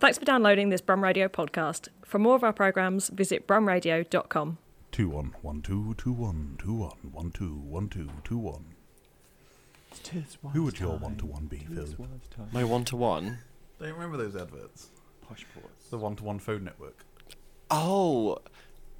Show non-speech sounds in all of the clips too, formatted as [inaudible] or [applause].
Thanks for downloading this Brum Radio podcast. For more of our programmes, visit brumradio.com. Two one one two two one two one one two one two two one. Who would your one-to-one be, Phil? My one to one. Don't remember those adverts. Poshports. The one-to-one phone network. Oh,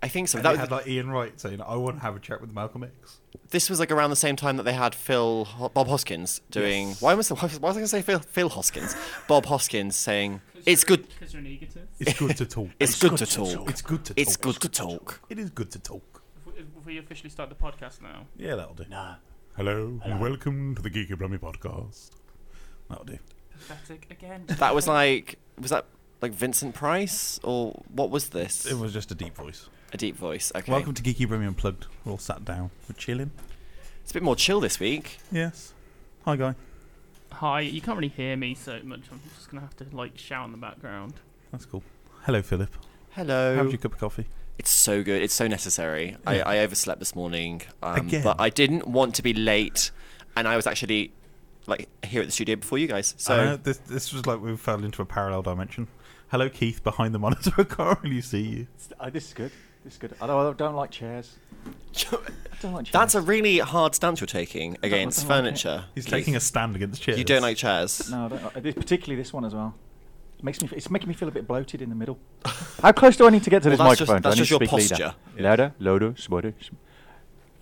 I think so. And That they was- had like Ian Wright saying, "I want to have a chat with Malcolm X." this was like around the same time that they had Phil Ho- Bob Hoskins doing. Why was why was I going to say Phil [laughs] Phil Hoskins? Bob Hoskins saying it's good. Because you're an egotist. It's good to talk. It's good to talk. It's good to talk. It's good to talk. It is good to talk. If we, if we officially start the podcast now. Yeah, that'll do. Nah. Hello, and welcome to the Geeky Brummy podcast. That'll do. Pathetic again. [laughs] That was like was that like Vincent Price or what was this? It was just a deep voice. a deep voice. Okay. Welcome to Geeky Brummy Unplugged. We're all sat down. We're chilling. It's a bit more chill this week. Yes. Hi, guy. Hi, you can't really hear me so much. I'm just going to have to, like, shout in the background. That's cool. Hello, Philip. Hello. How's your cup of coffee? It's so good. It's so necessary. I, Yeah. I overslept this morning, um, Again. but I didn't want to be late, and I was actually like here at the studio before you guys. So I know, this this was like we fell into a parallel dimension. Hello, Keith, behind the monitor. [laughs] I can't really see you. Uh, this is good. This is good. I don't, I don't like chairs. I don't like chairs. That's a really hard stance you're taking against don't like it. furniture. He's Keith. taking a stand against chairs. You don't like chairs. no, I don't, like- particularly this one as well. It makes me. f- It's making me feel a bit bloated in the middle. [laughs] How close do I need to get to Well, this that's just- microphone? Do I that's need just to your speak leader? posture. Louder, louder, smarter, s-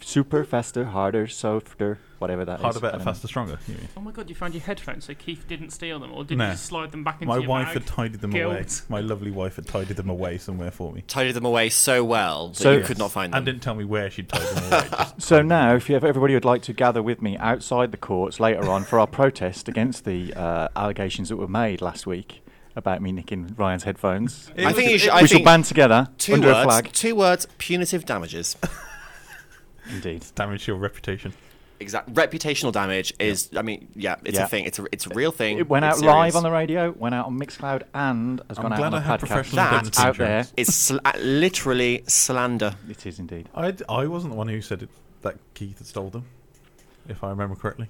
super, faster, harder, softer, whatever that is. Um, harder, I better, Um, don't faster, stronger. you mean? Oh my god, you found your headphones, so Keith didn't steal them, or did No. you just slide them back into My your wife bag? had tidied them away. Guilt. My lovely wife had tidied them away somewhere for me. Tidied them away so well that So- you could not find them. And didn't tell me where she'd tidied them away. [laughs] Just know. So now, if you have everybody would like to gather with me outside the courts later on for our protest against the uh, allegations that were made last week about me nicking Ryan's headphones, I think you should. I we shall think band together two under words. a flag. Two words. Punitive damages. [laughs] Indeed. damaged your reputation. exact. Reputational damage is. I mean, yeah, it's Yeah. a thing. It's a. It's a real thing. It went It's out serious. live on the radio, went out on Mixcloud, and has gone I'm out glad on I a had podcast. professional That- indemnity out there. insurance. [laughs] It's sl- uh, literally slander. It is indeed. I, d- I wasn't the one who said it, that Keith had stole them, if I remember correctly.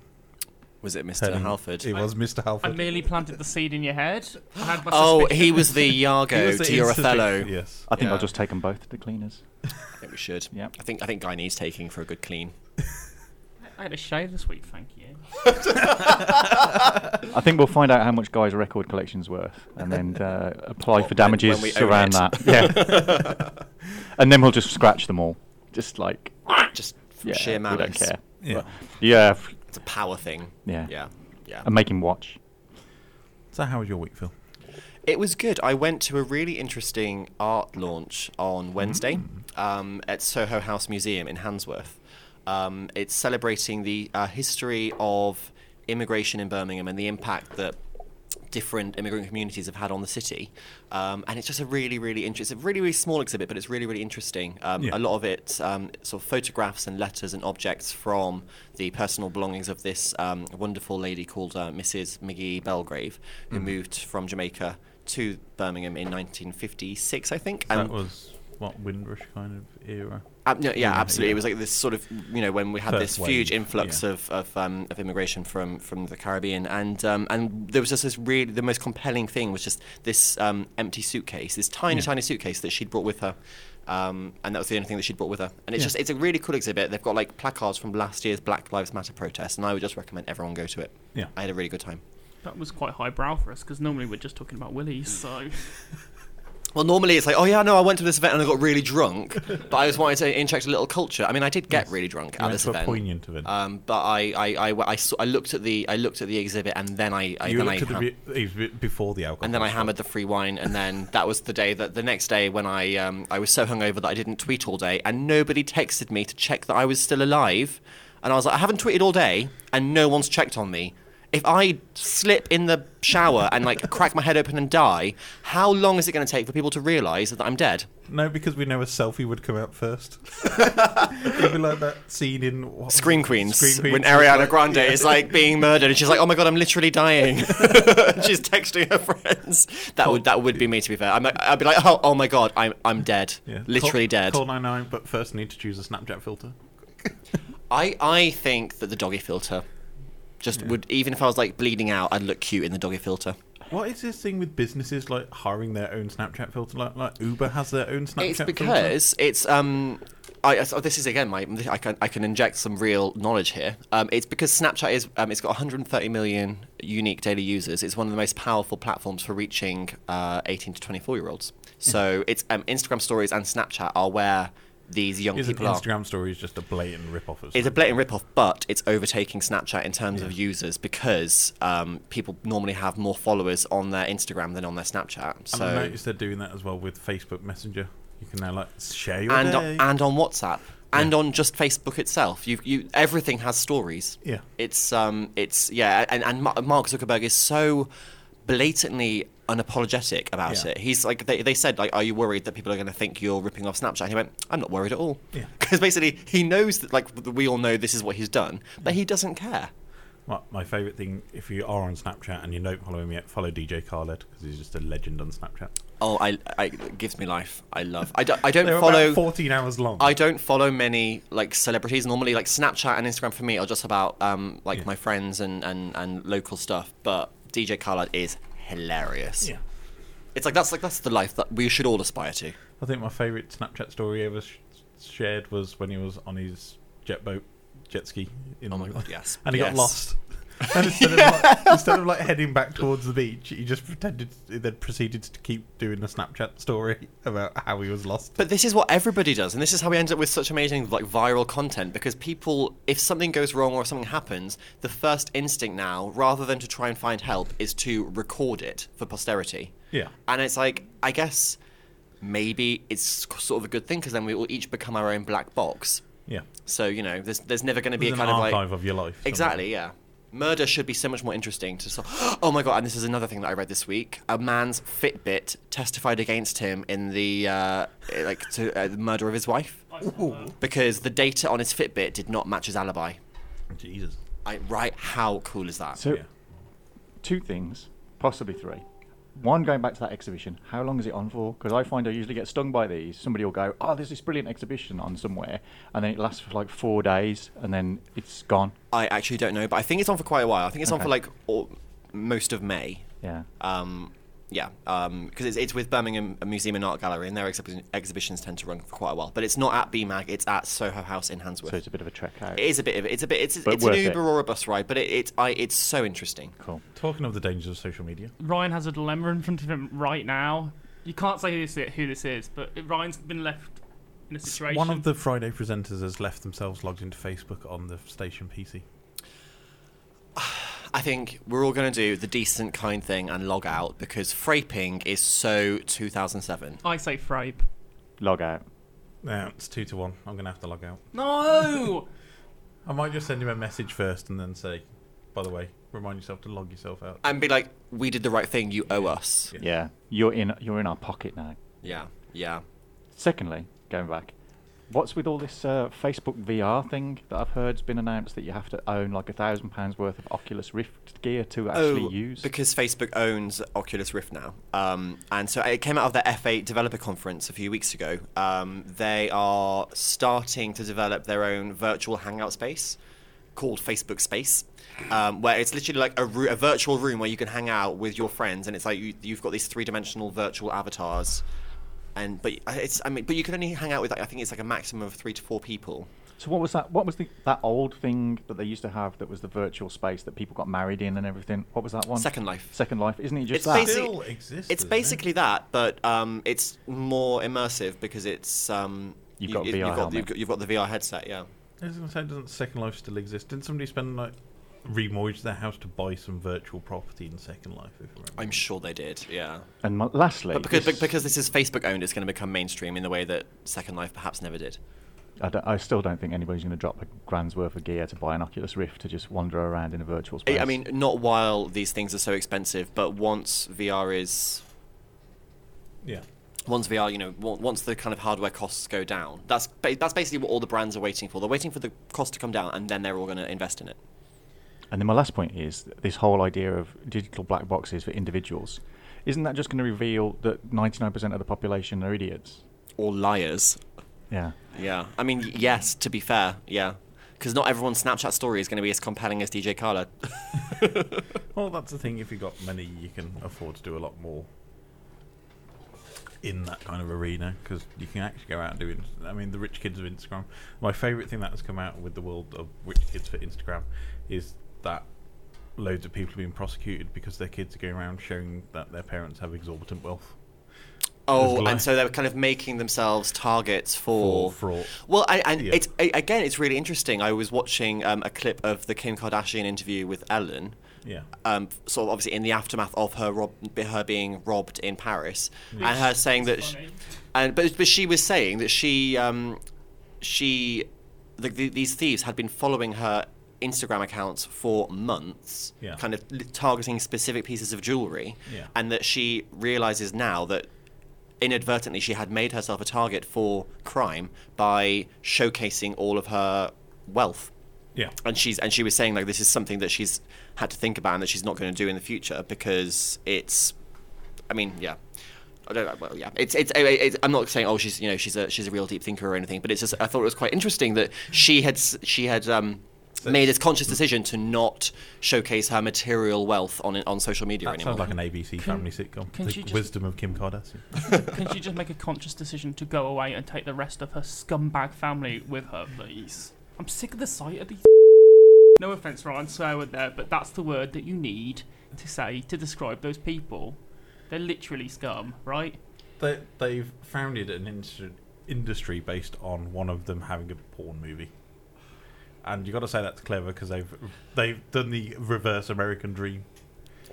Was it Mr. Telling- Halford? It was Mr. I Halford. merely planted the seed in your head. I had my [gasps] Oh, suspicion. he was [laughs] the He Iago was the to your instant- Othello. Yes. I think Yeah. I'll just take them both to the cleaners. I think we should. Yep. I think I think Guy needs taking for a good clean. [laughs] I had a shave this week, thank you. I think we'll find out how much Guy's record collection's worth, and then [laughs] uh, apply for damages when we own around it. that. Yeah, [laughs] and then we'll just scratch them all, just like Just from yeah, sheer we malice. don't care. Yeah. Yeah, f- It's a power thing. Yeah. Yeah. Yeah. and make him watch. So how was your week, Phil? It was good. I went to a really interesting art launch on Wednesday um, at Soho House Museum in Handsworth. Um, it's celebrating the uh, history of immigration in Birmingham and the impact that different immigrant communities have had on the city. Um, and it's just a really, really interesting, it's a really, really small exhibit, but it's really, really interesting. Um, Yeah. A lot of it um, sort of photographs and letters and objects from the personal belongings of this um, wonderful lady called uh, Mrs. McGee Belgrave, who moved from Jamaica to Birmingham in 1956, I think. That And- was what Windrush kind of era. Ab- no, yeah, Yeah, absolutely. yeah. It was like this sort of you know when we had First this huge wave, influx yeah. of of, um, of immigration from from the Caribbean, and um, and there was just this really the most compelling thing was just this um, empty suitcase, this tiny Yeah. tiny suitcase that she'd brought with her. Um, and that was the only thing that she'd brought with her. And it's Yeah. just, it's a really cool exhibit. They've got like placards from last year's Black Lives Matter protest, and I would just recommend everyone go to it. Yeah. I had a really good time. That was quite highbrow for us, because normally we're just talking about willies, so. [laughs] Well, normally it's like, oh yeah, no, I went to this event and I got [laughs] really drunk, but I just wanted to inject a little culture. I mean, I did get Yes. really drunk You at went this to a event. poignant event. Um, but I, I, I, I saw- I looked at the I looked at the exhibit and then I, I you then I looked at the Oh, ham- be- it was be- before the alcohol. and then I hammered the free wine and then [laughs] that was the day that the next day when I um, I was so hungover that I didn't tweet all day and nobody texted me to check that I was still alive and I was like I haven't tweeted all day and no one's checked on me. If I slip in the shower and like [laughs] crack my head open and die, how long is it going to take for people to realise that I'm dead? No, because we know a selfie would come out [laughs] first. It'd be like that scene in what, Scream Queens, Scream when Queens, [laughs] Ariana like- Grande yeah. is like being murdered, and she's like, "Oh my god, I'm [laughs] literally dying." she's texting her friends. That would that would be me, to be fair. I'm, I'd be like, "Oh, oh my god, I'm I'm dead, Yeah. literally call, dead." Call 99, but first need to choose a Snapchat filter. I I think that the doggy filter just would even if I was like bleeding out, I'd look cute in the doggy filter. What is this thing with businesses like hiring their own Snapchat filter? Like, like Uber has their own Snapchat it's filter. because it's um I, I- so this is again my I can I can inject some real knowledge here. Um, it's because Snapchat is um, it's got 130 million unique daily users. It's one of the most powerful platforms for reaching uh, 18 to 24 year olds. So it's um, Instagram stories and Snapchat are where these young Isn't people are. Instagram stories just a blatant rip-off of It's a Snapchat? blatant rip-off, but it's overtaking Snapchat in terms of users because um, people normally have more followers on their Instagram than on their Snapchat. So And I noticed they're doing that as well with Facebook Messenger. You can now like share your and day. on, and on WhatsApp and on just Facebook itself. You you everything has stories. Yeah. It's um it's yeah and and Ma- Mark Zuckerberg is so blatantly unapologetic about Yeah. it. He's like they, they said like are you worried that people are going to think you're ripping off Snapchat? And he went I'm not worried at all. [laughs] Yeah. Cuz basically he knows that like we all know this is what he's done, but he doesn't care. my, my favorite thing, if you are on Snapchat and you don't follow him yet, follow DJ Khaled because he's just a legend on Snapchat. Oh, I, I it gives me life. I love. I, do, I don't They're follow about 14 hours long. I don't follow many like celebrities. Normally, like Snapchat and Instagram for me are just about um, like Yeah. my friends and, and, and local stuff. But DJ Khaled is hilarious. Yeah. It's like that's like that's the life that we should all aspire to. I think my favourite Snapchat story ever sh- shared was when he was on his jet boat, jet ski. In Oh my God, yes. [laughs] And he got Yes. lost. And instead, of [laughs] like, instead of like heading back towards the beach, he just pretended, he then proceeded to keep doing the Snapchat story [laughs] about how he was lost. But this is what everybody does, and this is how we end up with such amazing like viral content because people, if something goes wrong or if something happens, the first instinct now, rather than to try and find help, is to record it for posterity. Yeah. And it's like, I guess maybe it's sort of a good thing because then we will each become our own black box. Yeah. So you know, there's there's never going to be There's a an kind of like archive of your life. somewhere. exactly, yeah. Murder should be so much more interesting to. So- [gasps] oh my god! And this is another thing that I read this week. A man's Fitbit testified against him in the uh, like to uh, the murder of his wife because the data on his Fitbit did not match his alibi. Jesus. I, right? How cool is that? So, Yeah. two things, possibly three. One, going back to that exhibition, how long is it on for? Because I find I usually get stung by these. Somebody will go, "Oh, there's this brilliant exhibition on somewhere," and then it lasts for like four days, and then it's gone. I actually don't know, but I think it's on for quite a while. I think it's on Okay. for like all, most of May. Yeah. Um, yeah, because it's, it's with Birmingham Museum and Art Gallery, and their exhibi- exhibitions tend to run for quite a while. But it's not at BMAG; it's at Soho House in Handsworth. So it's a bit of a trek out. It is a bit of it's a bit it's, But it's an worth it. Uber or a bus ride, but it, it's I it's so interesting. cool. Talking of the dangers of social media. Ryan has a dilemma in front of him right now. You can't say who this is, who this is but Ryan's been left in a situation. One of the Friday presenters has left themselves logged into Facebook on the station PC. I think we're all going to do the decent kind thing and log out because fraping is so 2007. I say Frape. Log out. Now it's two to one. I'm going to have to log out. No! I might just send him a message first and then say, by the way, remind yourself to log yourself out. And be like, we did the right thing. You owe us. Yeah. Yeah, you're in. You're in our pocket now. Yeah, yeah. Secondly, going back, what's with all this uh, Facebook VR thing that I've heard's been announced that you have to own like a thousand pounds worth of Oculus Rift gear to actually oh, use? because Facebook owns Oculus Rift now, um, and so it came out of their F8 developer conference a few weeks ago. Um, they are starting to develop their own virtual hangout space called Facebook Space, um, where it's literally like a, ru- a virtual room where you can hang out with your friends, and it's like you, you've got these three-dimensional virtual avatars. And but uh, it's I mean but you can only hang out with like, I think it's like a maximum of three to four people. So what was that? What was the that old thing that they used to have that was the virtual space that people got married in and everything? What was that one? Second Life. Second Life, isn't it just It's that? basi- Still exists. It's doesn't it? basically that, but um, it's more immersive because it's um, You've got a VR you've got, helmet. you've, got, you've got the VR headset, yeah. I was going to say, doesn't Second Life still exist? Didn't somebody spend like remortgage their house to buy some virtual property in Second Life? If I remember. I'm sure they did, yeah. and mo- lastly, But because this- because this is Facebook owned, it's going to become mainstream in the way that Second Life perhaps never did. I, don't- I still don't think anybody's going to drop a grand's worth of gear to buy an Oculus Rift to just wander around in a virtual I- space. I mean, not while these things are so expensive, but once VR is Yeah. once VR, you know, on- once the kind of hardware costs go down, that's ba- that's basically what all the brands are waiting for. They're waiting for the cost to come down, and then they're all going to invest in it. And then my last point is th- this whole idea of digital black boxes for individuals. Isn't that just going to reveal that 99% of the population are idiots? Or liars. Yeah. Yeah. I mean, y- yes, to be fair, yeah. because not everyone's Snapchat story is going to be as compelling as DJ Carla. Well, that's the thing. If you've got money, you can afford to do a lot more in that kind of arena because you can actually go out and do it. I mean, the rich kids of Instagram. My favourite thing that has come out with the world of rich kids for Instagram is that loads of people have been prosecuted because their kids are going around showing that their parents have exorbitant wealth. [laughs] Oh, There's a lot. and so they're kind of making themselves targets for, For fraud. Well, and, and Yeah. it's a- again, it's really interesting. I was watching um, a clip of the Kim Kardashian interview with Ellen, Yeah. um, sort of obviously in the aftermath of her rob- her being robbed in Paris, and her saying that, That's sh funny. and but but she was saying that she um, she the, the, these thieves had been following her Instagram accounts for months, Yeah. kind of l- targeting specific pieces of jewelry, Yeah. and that she realizes now that inadvertently she had made herself a target for crime by showcasing all of her wealth Yeah. and she's and she was saying like this is something that she's had to think about and that she's not going to do in the future because it's i mean yeah I don't, well, yeah, it's, it's, it's. I'm not saying, oh, she's, you know, she's a, she's a real deep thinker or anything, but it's just, I thought it was quite interesting that she had, s- she had um, made this conscious decision to not showcase her material wealth on on social media That anymore. sounds like an ABC family sitcom. can the she just- wisdom of Kim Kardashian. [laughs] Can she just make a conscious decision to go away and take the rest of her scumbag family with her, please? I'm sick of the sight of these. [laughs] No offense, Ryan, swear word there, but that's the word that you need to say to describe those people. They're literally scum, right? They, they've founded an industry, industry based on one of them having a porn movie. And you got to say that's clever because they've they've done the reverse American dream.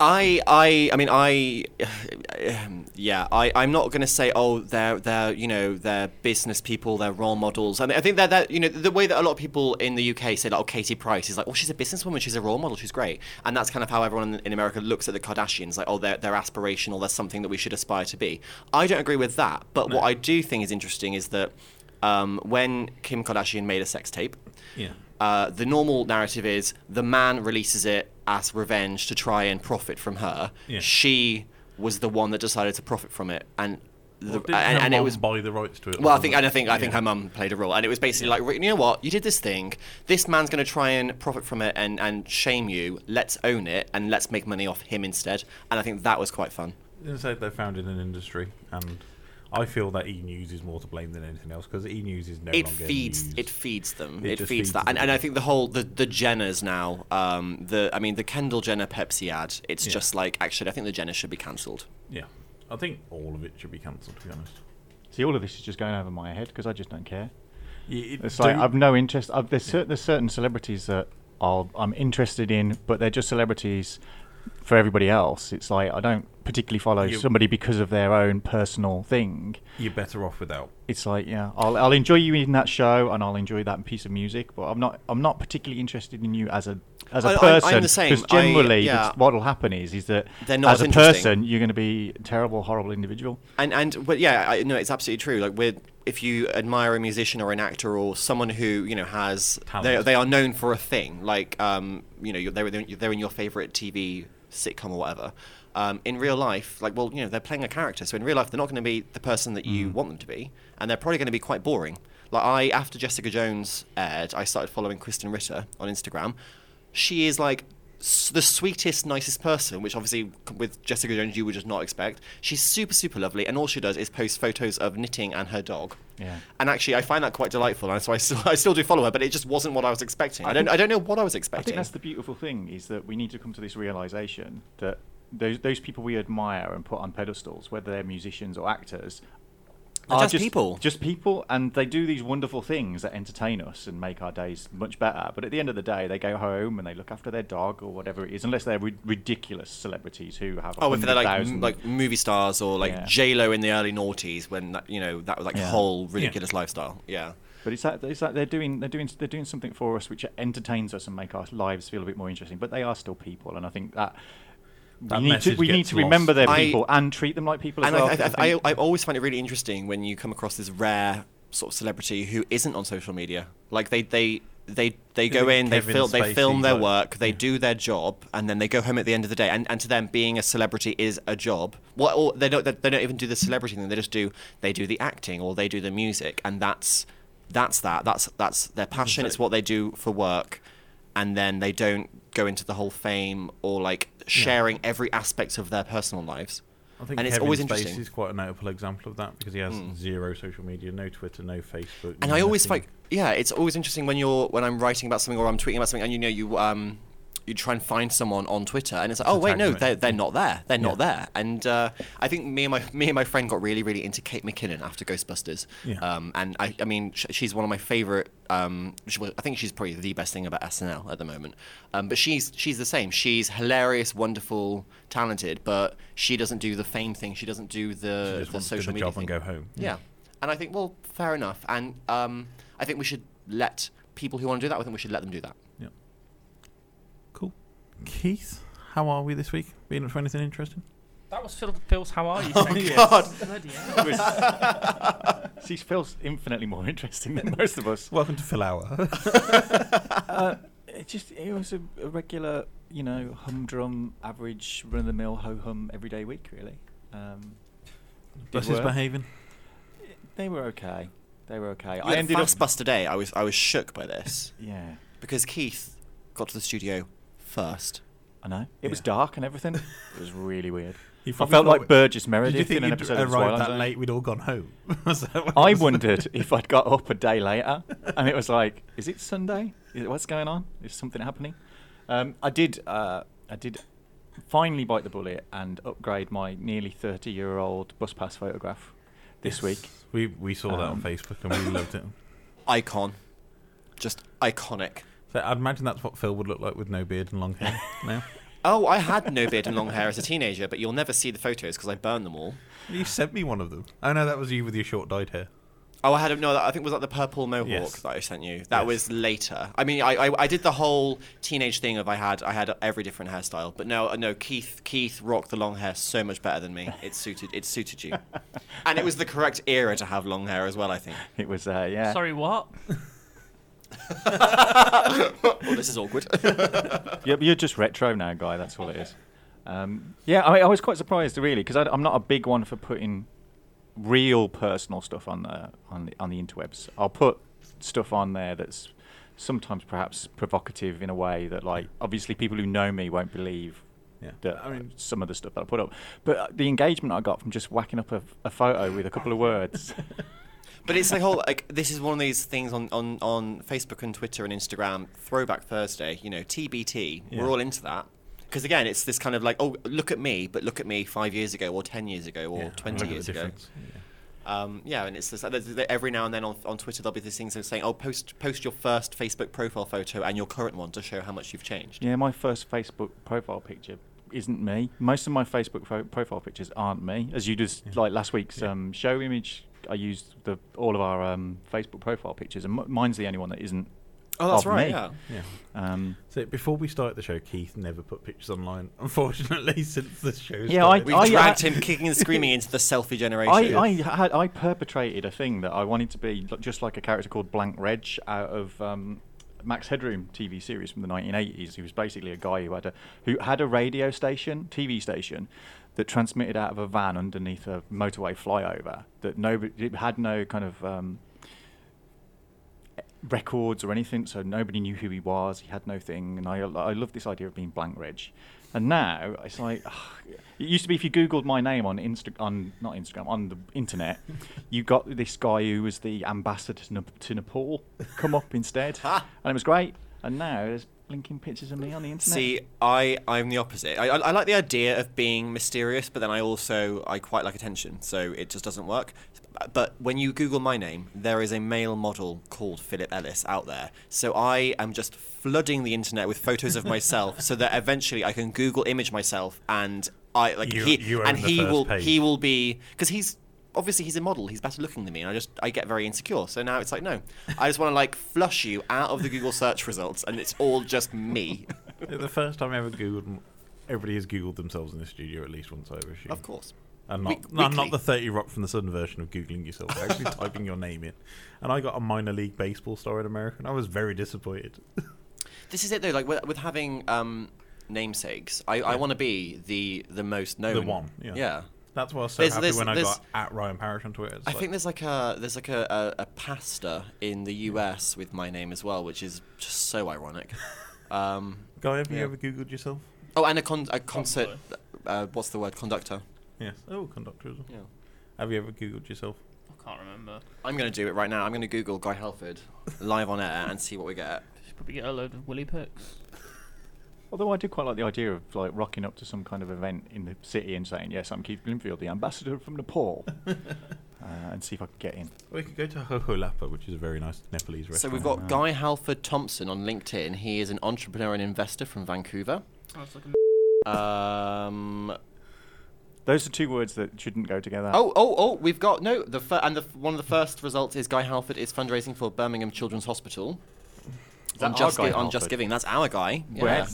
I, I, I mean, I, [sighs] um, yeah, I, I'm not going to say, oh, they're, they're, you know, they're business people, they're role models. I mean, I think that, that, you know, the way that a lot of people in the UK say, like, oh, Katie Price is like, oh, she's a businesswoman, she's a role model, she's great. And that's kind of how everyone in, in America looks at the Kardashians, like, oh, they're, they're aspirational, they're something that we should aspire to be. I don't agree with that. But what I do think is interesting is that um, when Kim Kardashian made a sex tape, Yeah. uh, the normal narrative is the man releases it as revenge to try and profit from her. Yeah. She was the one that decided to profit from it, and the, Well, didn't and, her and it mum was. buy the rights to it. Well, I or think and I think I think Yeah. her mum played a role, and it was basically like, you know what, you did this thing. This man's going to try and profit from it and, and shame you. Let's own it and let's make money off him instead. And I think that was quite fun. Didn't say they founded an industry, and I feel that E News is more to blame than anything else because E News is no it longer E feeds news. it feeds them It it, just feeds, feeds that them. and, and i think the whole the the jenners now um the i mean the kendall jenner pepsi ad it's Yeah. just like actually i think the jenners should be cancelled yeah, I think all of it should be cancelled. To be honest, See, all of this is just going over my head because I just don't care. Y- it- It's like don't- I've no interest. I've, there's, cer- there's certain celebrities that I'll, I'm interested in, but they're just celebrities for everybody else. It's like I don't particularly follow You- somebody because of their own personal thing. you're better off without. It's like yeah, I'll, I'll enjoy you in that show and I'll enjoy that piece of music, but I'm not I'm not particularly interested in you as a as a I- I- I'm person. the same. Because I- generally, yeah. what will happen is is that They're not as a as interesting. person, you're going to be a terrible, horrible individual. and and but yeah i no it's absolutely true like we're if you admire a musician or an actor or someone who you know has they, Talent. they are known for a thing like um you know you're, they're, they're they're in your favorite tv sitcom or whatever um, in real life like well you know they're playing a character so in real life they're not going to be the person that you want them to be and they're probably going to be quite boring like i after jessica jones aired i started following kristen ritter on instagram she is like s- the sweetest, nicest person, which obviously c- with Jessica Jones you would just not expect. She's super, super lovely, and all she does is post photos of knitting and her dog. Yeah. And actually, I find that quite delightful, and so I still, [laughs] I still do follow her, but it just wasn't what I was expecting. I don't, I don't know what I was I think expecting. that's the beautiful thing is that we need to come to this realization that those those people we admire and put on pedestals, whether they're musicians or actors, They're just people. just people, and they do these wonderful things that entertain us and make our days much better. But at the end of the day, they go home and they look after their dog or whatever it is, unless they're ri- ridiculous celebrities who have Oh, if they're like m- 100,000 like movie stars or like Yeah. J Lo in the early noughties when that, you know that was like Yeah. whole ridiculous lifestyle. Yeah. But it's that, it's that they're doing they're doing they're doing something for us which entertains us and make our lives feel a bit more interesting. But they are still people, and I think that, That we need to message we need gets to remember lost. they're I- people and treat them like people. As And well, I, 'cause I, I, think- I always find it really interesting when you come across this rare sort of celebrity who isn't on social media. Like they they they, they go Like in, they Kevin film, they Spacey, film their like- work, they yeah. do their job, and then they go home at the end of the day. And, and to them, being a celebrity is a job. Well, or they don't they, they don't even do the celebrity thing. They just do they do the acting or they do the music, and that's that's that. That's that's their passion. It's what they do for work, and then they don't go into the whole fame or like sharing every aspect of their personal lives. I think and it's Kevin always Spacey interesting. Hmm. is quite a notable example of that because he has zero social media, no Twitter, no Facebook. and no I always nothing. like yeah, it's always interesting when you're when I'm writing about something or I'm tweeting about something, and you know you um you try and find someone on Twitter, and it's like oh To wait tag no them in. they're, they're not there they're not Yeah. there, and uh, I think me and my me and my friend got really really into Kate McKinnon after Ghostbusters, Yeah. um, and I I mean sh- she's one of my favorite um she, was- I think she's probably the best thing about SNL at the moment, um but she's she's the same she's hilarious wonderful talented but she doesn't do the fame thing she doesn't do the She just uh, the wants to do social the media job thing. and go home. Yeah. And I think, well, fair enough. And um, I think we should let people who want to do that, I think we should let them do that. Yeah. Cool. Keith, how are we this week? Been up for anything interesting? That was Phil, Phil's How Are You? segment. God. [laughs] Bloody hell. See, Phil's infinitely more [laughs] interesting than most of us. Welcome to Phil [laughs] Hour. [laughs] uh, it just it was a, a regular, you know, humdrum, average, run of the mill, ho hum, everyday week, really. Um, did Buses work. behaving. They were okay. They were okay. I ended fast bus today. I was, I was shook by this Yeah, because Keith got to the studio first. I know. It was Yeah. dark [laughs] and everything. it was really weird. You I probably felt thought- like Burgess Did you Meredith think in an you'd episode arrived of Twilight that Zone. late? [laughs] We'd all gone home. Was that what [laughs] I it was? wondered if I'd got up a day later, and it was like, is it Sunday? Is it, what's going on? Is something happening? Um, I did. Uh, I did finally bite the bullet and upgrade my nearly thirty-year-old bus pass photograph this Yes. week. We we saw that on Um, Facebook and we loved it. Icon. Just iconic. So I'd imagine that's what Phil would look like with no beard and long [laughs] hair. now Oh, I had no beard and long hair as a teenager, but you'll never see the photos because I burned them all. you sent me one of them. Oh no, that was you with your short dyed [laughs] hair. Oh, I had a, no. I think it was like the purple mohawk Yes. that I sent you. That Yes. was later. I mean, I, I I did the whole teenage thing of I had I had every different hairstyle, but no, no. Keith Keith rocked the long hair so much better than me. It suited it suited [laughs] you, and it was the correct era to have long hair as well. I [laughs] think. [laughs] It was. Uh, yeah. Sorry, what? Oh, this is awkward. [laughs] You're, you're just retro now, guy. That's all it is. Um, yeah, I, I was quite surprised really because I'm not a big one for putting real personal stuff on the on the on the interwebs. I'll put stuff on there that's sometimes perhaps provocative in a way that like obviously people who know me won't believe Yeah. that I mean, some of the stuff that I put up. But uh, the engagement I got from just whacking up a, a photo with a couple of words. but it's the whole like this is one of these things on, on, on Facebook and Twitter and Instagram Throwback Thursday. You know, TBT. Yeah. We're all into that because again, it's this kind of like oh look at me, but look at me five years ago or ten years ago or yeah, twenty look at years the ago. difference. Um, yeah, and it's this, there's- there- every now and then on, on Twitter there'll be these things that are saying, "Oh, post post your first Facebook profile photo and your current one to show how much you've changed." yeah, my first Facebook profile picture isn't me. Most of my Facebook fo- profile pictures aren't me. As you just Yeah. like last week's Yeah. um, show image, I used the all of our um, Facebook profile pictures, and m- mine's the only one that isn't. Oh, that's of right. me. Yeah. Yeah. yeah. Um, So before we start the show, Keith never put pictures online. [laughs] Unfortunately, since the show, Yeah, I- started. We've I- uh, dragged I- him kicking and screaming into the selfie generation. I, I had I perpetrated a thing that I wanted to be lo- just like a character called Blank Reg out of um, Max Headroom TV series from the 1980s. He was basically a guy who had a who had a radio station, TV station, that transmitted out of a van underneath a motorway flyover. That nobody it had no kind of um, records or anything, so nobody knew who he was. He had no thing, and I I love this idea of being blank reg. And now it's like it used to be if you googled my name on Insta on not Instagram on the internet, you got this guy who was the ambassador to, Nep- to Nepal come up instead, and it was great. And now there's blinking pictures of me on the internet. See, I I'm the opposite. I, I, I like the idea of being mysterious, but then I also I quite like attention, so it just doesn't work. But when you Google my name, there is a male model called Philip Ellis out there. So I am just flooding the internet with photos of myself, so that eventually I can Google image myself, and I like You- he you own and the he first will page. he will be because he's obviously he's a model he's better looking than me and i just i get very insecure so now it's like no i just want to like flush you out of the google search results and it's all just me the first time I ever googled. Everybody has googled themselves in the studio at least once over a shoot. of course And Week- not, no, weekly. not the 30 Rock from the Sun version of Googling yourself, [laughs] actually typing your name in. And I got a minor league baseball star in America, and I was very disappointed. [laughs] This is it though. Like with, with having um, namesakes, I, I want to be the the most known. one, yeah. Yeah. That's why I was so There's- happy there's- when I there's- got at Ryan Parish on Twitter. It's I like, think there's like a there's like a, a, a pasta in the US with my name as well, which is just so ironic. [laughs] Um, Guy, have yeah. you ever Googled yourself? oh, and a, con- a concert. Uh, what's the word? Conductor. Yes. Oh, conductor as well. Yeah. Have you ever Googled yourself? I can't remember. I'm gonna do it right now. I'm gonna Google Guy Halford live on air and see what we get. Should probably get a load of willy picks. Although I do quite like the idea of like rocking up to some kind of event in the city and saying, "Yes, I'm Keith Bloomfield, the ambassador from [laughs] Nepal," uh, and see if I can get in. Or you could go to Hoholapa, which is a very nice Nepalese So restaurant. we've got Guy Halford Thompson on LinkedIn. He is an entrepreneur and investor from Vancouver. I was looking. Um, Those are two words that shouldn't go together. Oh, oh, oh! We've got no. The fir- and the, f- one of the first results is Guy Halford is fundraising for Birmingham Children's Hospital. Is that On our just, Guy Gi- on just Halford? giving, that's our guy. Yeah.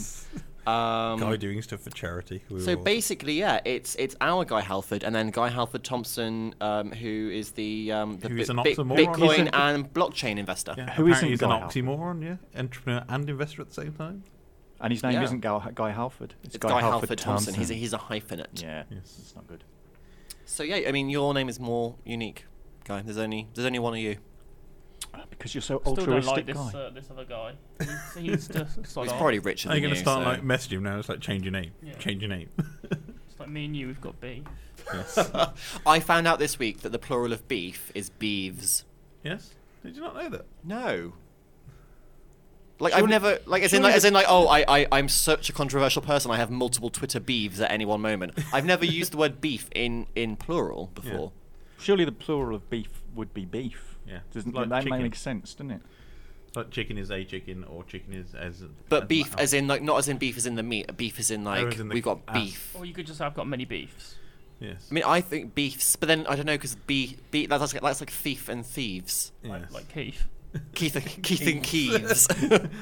Um, Guy doing stuff for charity. We so were all- basically, yeah, it's it's our Guy Halford, and then Guy Halford Thompson, um, who is the um, the Who bi- is an bi- oxymoron. Bitcoin He's a- and blockchain investor. Yeah, Who apparently isn't he's Guy an Halford? oxymoron, yeah? Entrepreneur and investor at the same time? And his name Yeah. isn't Guy, Guy Halford. It's Guy, Halford, Thompson. He's a, he's a hyphenate. yeah, Yes. it's not good. So yeah, I mean, your name is more unique, Guy. There's only there's only one of you. Ah, Because you're so Still don't like altruistic, this, Guy. uh, this other guy. He's, he's just sod He's off. probably richer Are than you going to you, start so- like messaging him now? It's like change your name, Yeah. change your name. It's like me and you. We've got B. [laughs] yes. I found out this week that the plural of beef is beeves. yes. Did you not know that? No. Like I've Surely- never like as in surely like, as the- in like oh I, I I'm such a controversial person I have multiple Twitter beeves at any one moment. I've never used the word beef in in plural before. Surely the plural of beef would be beef. Yeah. Doesn't Like that chicken. make sense? Doesn't it? It's like chicken is a chicken or chicken is as. But beef as in like not as in beef as in the meat. Beef as in like Oh, as in the we've got ass. beef. Or you could just have got many beefs. Yes. I mean I think beefs, but then I don't know because beef be, that's like, that's like thief and thieves. yes. Like, like Keith. Keith and, Keith and [laughs] Keeves.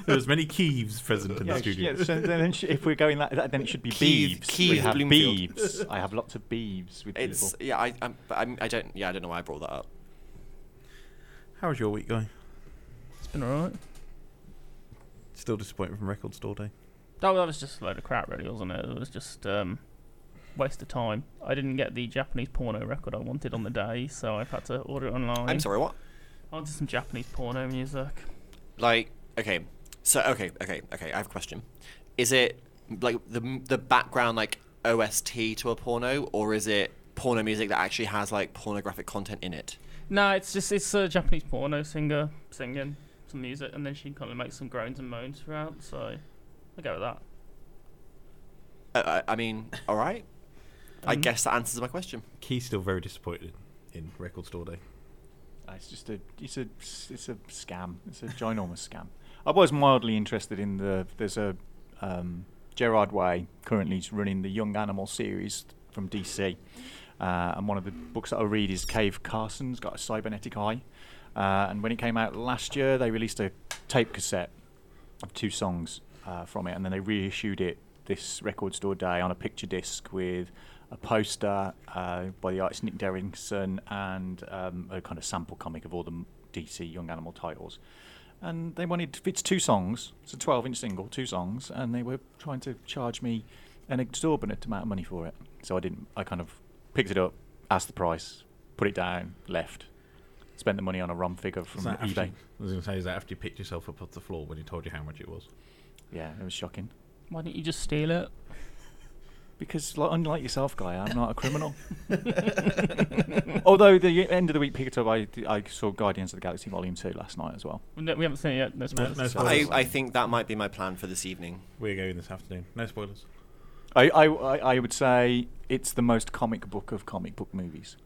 there was many Keeves present in the Yeah, studio. yeah, so then it sh- if we're going that, that- then it should be Keeve- beeves. we Keeve have Bloomfield. beeves. I have lots of beeves with it's people. yeah I I'm, but I'm, I don't yeah I don't know why I brought that up. How was your week going? It's been alright. Still disappointed from Record Store Day. That that was just a load of crap, really, wasn't it? It was just um, waste of time. I didn't get the Japanese porno record I wanted on the day, so I've had to order it online. I'm sorry what? I wanted some Japanese porno music. like okay so okay okay okay i have a question is it like the the background like ost to a porno or is it porno music that actually has like pornographic content in it No, it's just it's a Japanese porno singer singing some music, and then she kind of makes some groans and moans throughout. So I go with that. uh, i I mean all right i Um, guess that answers my question Key's still very disappointed in Record Store Day. Ah, It's just a it's a s- it's a scam. It's a ginormous scam. I was mildly interested in the there's a um, Gerard Way currently is running the Young Animal series from DC, uh, and one of the books that I read is Cave Carson's got a cybernetic eye, uh, and when it came out last year, they released a tape cassette of two songs uh, from it, and then they reissued it this record store day on a picture disc with a poster uh, by the artist Nick Derringson and um, a kind of sample comic of all the m- DC Young Animal titles. And they wanted it's two songs, it's a 12 inch single, two songs, and they were trying to charge me an exorbitant amount of money for it. So I didn't, I kind of picked it up, asked the price, put it down, left, spent the money on a ROM figure from Is that eBay. after, I was going to say, is that after you picked yourself up off the floor when he told you how much it was? Yeah, it was shocking. Why didn't you just steal it? [laughs] Because, like, unlike yourself, guy, I'm not a criminal. [laughs] Although the end of the week picked up, I, I saw Guardians of the Galaxy Volume Two last night as well. No, we haven't seen it yet. No spoilers. no I, spoilers. I think that might be my plan for this evening We're going this afternoon. No spoilers. I, I, I I would say it's the most comic book of comic book movies.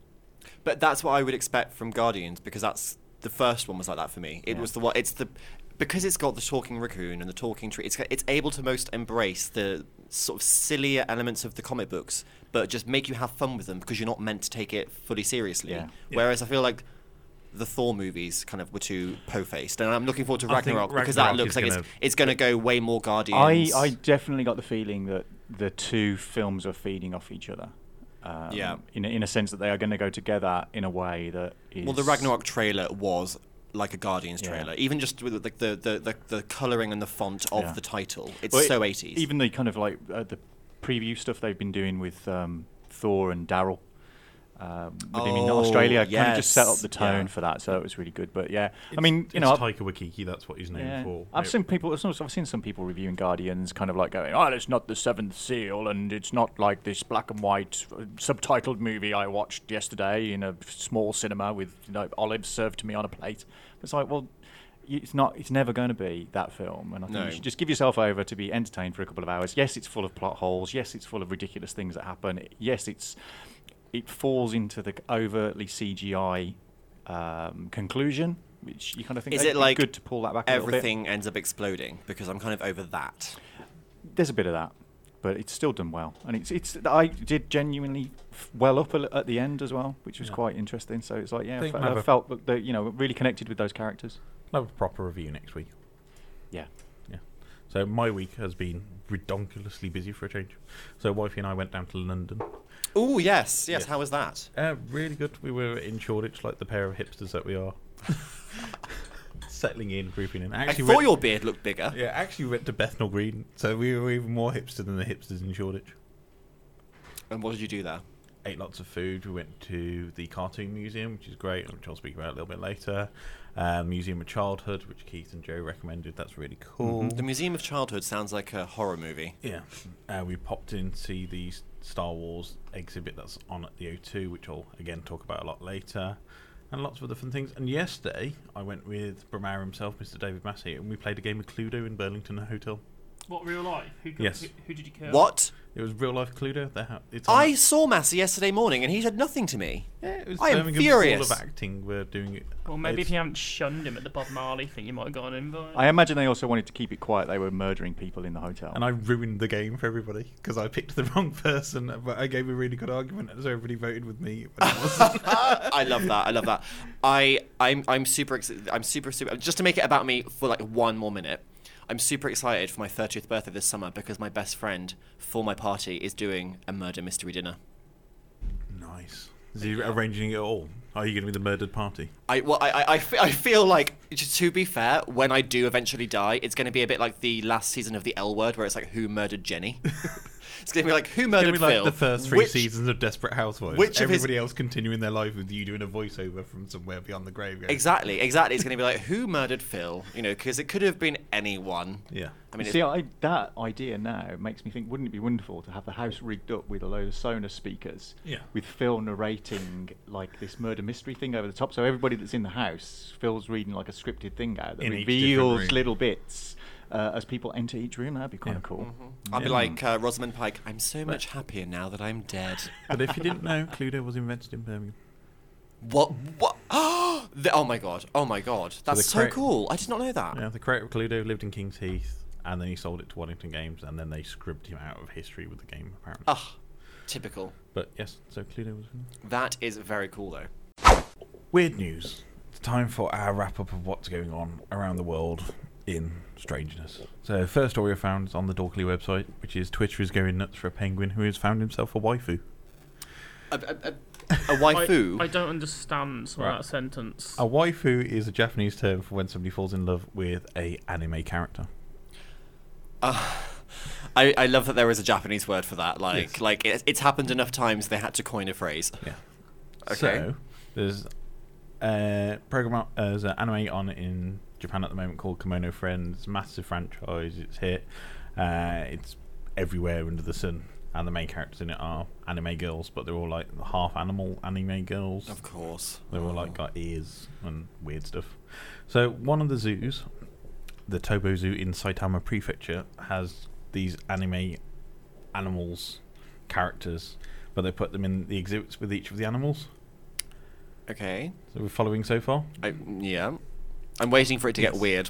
but that's what i would expect from guardians because that's the first one was like that for me it Yeah. was the one it's the because it's got the talking raccoon and the talking tree it's, it's able to most embrace the sort of sillier elements of the comic books but just make you have fun with them because you're not meant to take it fully seriously Yeah. Yeah. whereas i feel like the Thor movies kind of were too po-faced, and I'm looking forward to I think Ragnarok because that Ragnarok is looks like it's gonna- it's going to go way more I, Guardians. I definitely got the feeling that the two films are feeding off each other. Um, Yeah. In a- in a sense that they are going to go together in a way that is Well, the Ragnarok trailer was like a Guardians Yeah. trailer, even just with like the the, the, the coloring and the font of Yeah. the title. It's Well, so e- 80s. Even the kind of like uh, the preview stuff they've been doing with um, Thor and Daryl um, within in Oh, Australia. Kind of just set up yes. the tone Yeah. for that, so it was really good. But yeah, I It's- mean, you it's know, I- Taika Waititi. That's what he's known yeah. for. I've It- seen people. I've seen- I've seen some people reviewing Guardians, kind of like going, "Oh, it's not the Seventh Seal, and it's not like this black and white uh, subtitled movie I watched yesterday in a small cinema with you know, olives served to me on a plate." It's like, well, y- it's not. It's never going to be that film, and I think No. you should just give yourself over to be entertained for a couple of hours. Yes, it's full of plot holes. Yes, it's full of ridiculous things that happen. Yes, it's it falls into the overtly CGI um, conclusion. Which you kind of think Is "Oh, it it'd be like good to pull that back? a little bit." Everything ends up exploding because I'm kind of over that. there's a bit of that, but it's still done well, and it's it's I did genuinely f- well up a li- at the end as well, which was Yeah. quite interesting. So it's like yeah, I, Think fe- Mabel- I felt that they- you know really connected with those characters. I'll have a proper review next week. Yeah, Yeah. So my week has been redonkulously busy for a change. So wifey and I went down to London. Oh yes, yes. Yes. How was that? Uh, really good. We were in Shoreditch, like the pair of hipsters that we are. [laughs] Settling in, grouping in. I Actually, thought went- your beard looked bigger. yeah, actually went to Bethnal Green, so we were even more hipster than the hipsters in Shoreditch. And what did you do there? ate lots of food. We went to the Cartoon Museum, which is great, which I'll speak about a little bit later. Um, Museum of Childhood, which Keith and Joe recommended. That's really cool. Mm-hmm. The Museum of Childhood sounds like a horror movie. Yeah, uh, we popped in to see the S- Star Wars exhibit that's on at the O2, which I'll again talk about a lot later, and lots of other fun things. And yesterday, I went with Bramara himself, Mr. David Massey, and we played a game of Cluedo in Burlington Hotel. What real life? Who, co- Yes. who, who did you kill? What? It was real life Cluedo. They ha- it's on I it. saw Massey yesterday morning, and he said nothing to me. yeah, it was I am Birmingham furious. School of Acting. We're doing it. Well, maybe it's- if you haven't shunned him at the Bob Marley thing, you might have got an invite. I imagine they also wanted to keep it quiet. They were murdering people in the hotel. And I ruined the game for everybody because I picked the [laughs] wrong person, but I gave a really good argument, so everybody voted with me. When it [laughs] wasn't. I love that. I love that. I I'm I'm super excited. I'm super super. Just to make it about me for like one more minute. I'm super excited for my 30th birthday this summer because my best friend for my party is doing a murder mystery dinner. nice. Is he arranging it all? Are you going to be the murdered party? I well, I, I, I, fe- I feel like to- to be fair, when I do eventually die, it's going to be a bit like the last season of the L Word, where it's like who murdered Jenny. [laughs] it's going to be like who It's murdered gonna be like Phil. the first three Which- seasons of Desperate Housewives. which of his- everybody else continuing their life with you doing a voiceover from somewhere beyond the grave. going, Exactly, exactly. It's going to be like who murdered Phil. You know, because it could have been anyone. Yeah. I mean, See, it's, I, that idea now makes me think, wouldn't it be wonderful to have the house rigged up with a load of sonar speakers? Yeah. With Phil narrating like this murder mystery thing over the top. So everybody that's in the house, Phil's reading like a scripted thing out that In each different reveals room. little bits uh, as people enter each room. That'd be kind of Yeah. cool. I'll be like uh, Rosamund Pike. I'm so much happier now that I'm dead. But if you didn't know, Cluedo was invented in Birmingham. What? What? [gasps] Oh, oh my god! Oh my god! That's so, the cra- cool. I did not know that. Yeah, the creator of Cluedo lived in King's Heath, and then he sold it to Waddington Games, and then they scribbed him out of history with the game, apparently. Ah, typical. But yes, so Cluedo was. That is very cool though. Weird news. It's time for our wrap up of what's going on around the world in strangeness. So, first story I found is on the Dorkly website, which is Twitter is going nuts for a penguin who has found himself a waifu. A, a, a, [laughs] a I, waifu. I don't understand some Right. of that sentence. A waifu is a Japanese term for when somebody falls in love with a anime character. I, I love that there is a Japanese word for that. Like Yes. like it, it's happened enough times they had to coin a phrase. Yeah. Okay. So there's a program, uh, there's an anime on in Japan at the moment called Kimono Friends. Massive franchise. It's hit. Uh, it's everywhere under the sun, and the main characters in it are anime girls, but they're all like half animal anime girls. Of course. They were like got ears and weird stuff. So one of the zoos, the Tobo Zoo in Saitama Prefecture, has these anime animals characters, but they put them in the exhibits with each of the animals. Okay. So we're following so far. I, yeah. I'm waiting for it to get weird.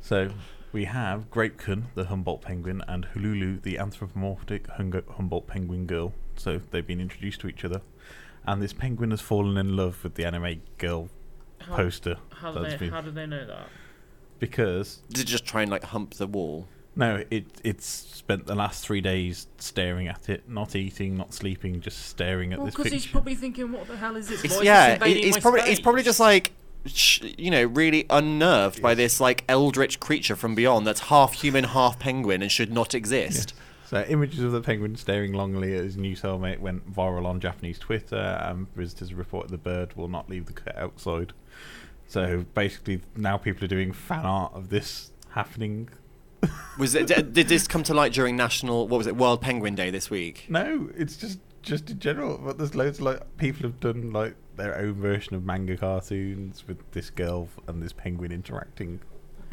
So we have Grapekun, the Humboldt penguin, and Hululu, the anthropomorphic Hung- Humboldt penguin girl. So they've been introduced to each other, and this penguin has fallen in love with the anime girl How- poster How do, that's they, been- how do they know that? because Did it just try and like hump the wall? No, it it's spent the last three days staring at it, not eating, not sleeping, just staring at Well, this because picture. he's probably thinking, what the hell is this? It's, Why yeah. is it- this invading it's my probably space? it's probably just like sh- you know really unnerved by this like eldritch creature from beyond that's half human, half penguin and should not Yeah. exist. So, images of the penguin staring longly at his new cellmate went viral on Japanese Twitter, and visitors reported the bird will not leave the cut outside. So, basically, now people are doing fan art of this happening. Was it, did did this come to light during National? What was it? World Penguin Day this week. No, it's just just in general. But there's loads of like people have done like their own version of manga cartoons with this girl and this penguin interacting.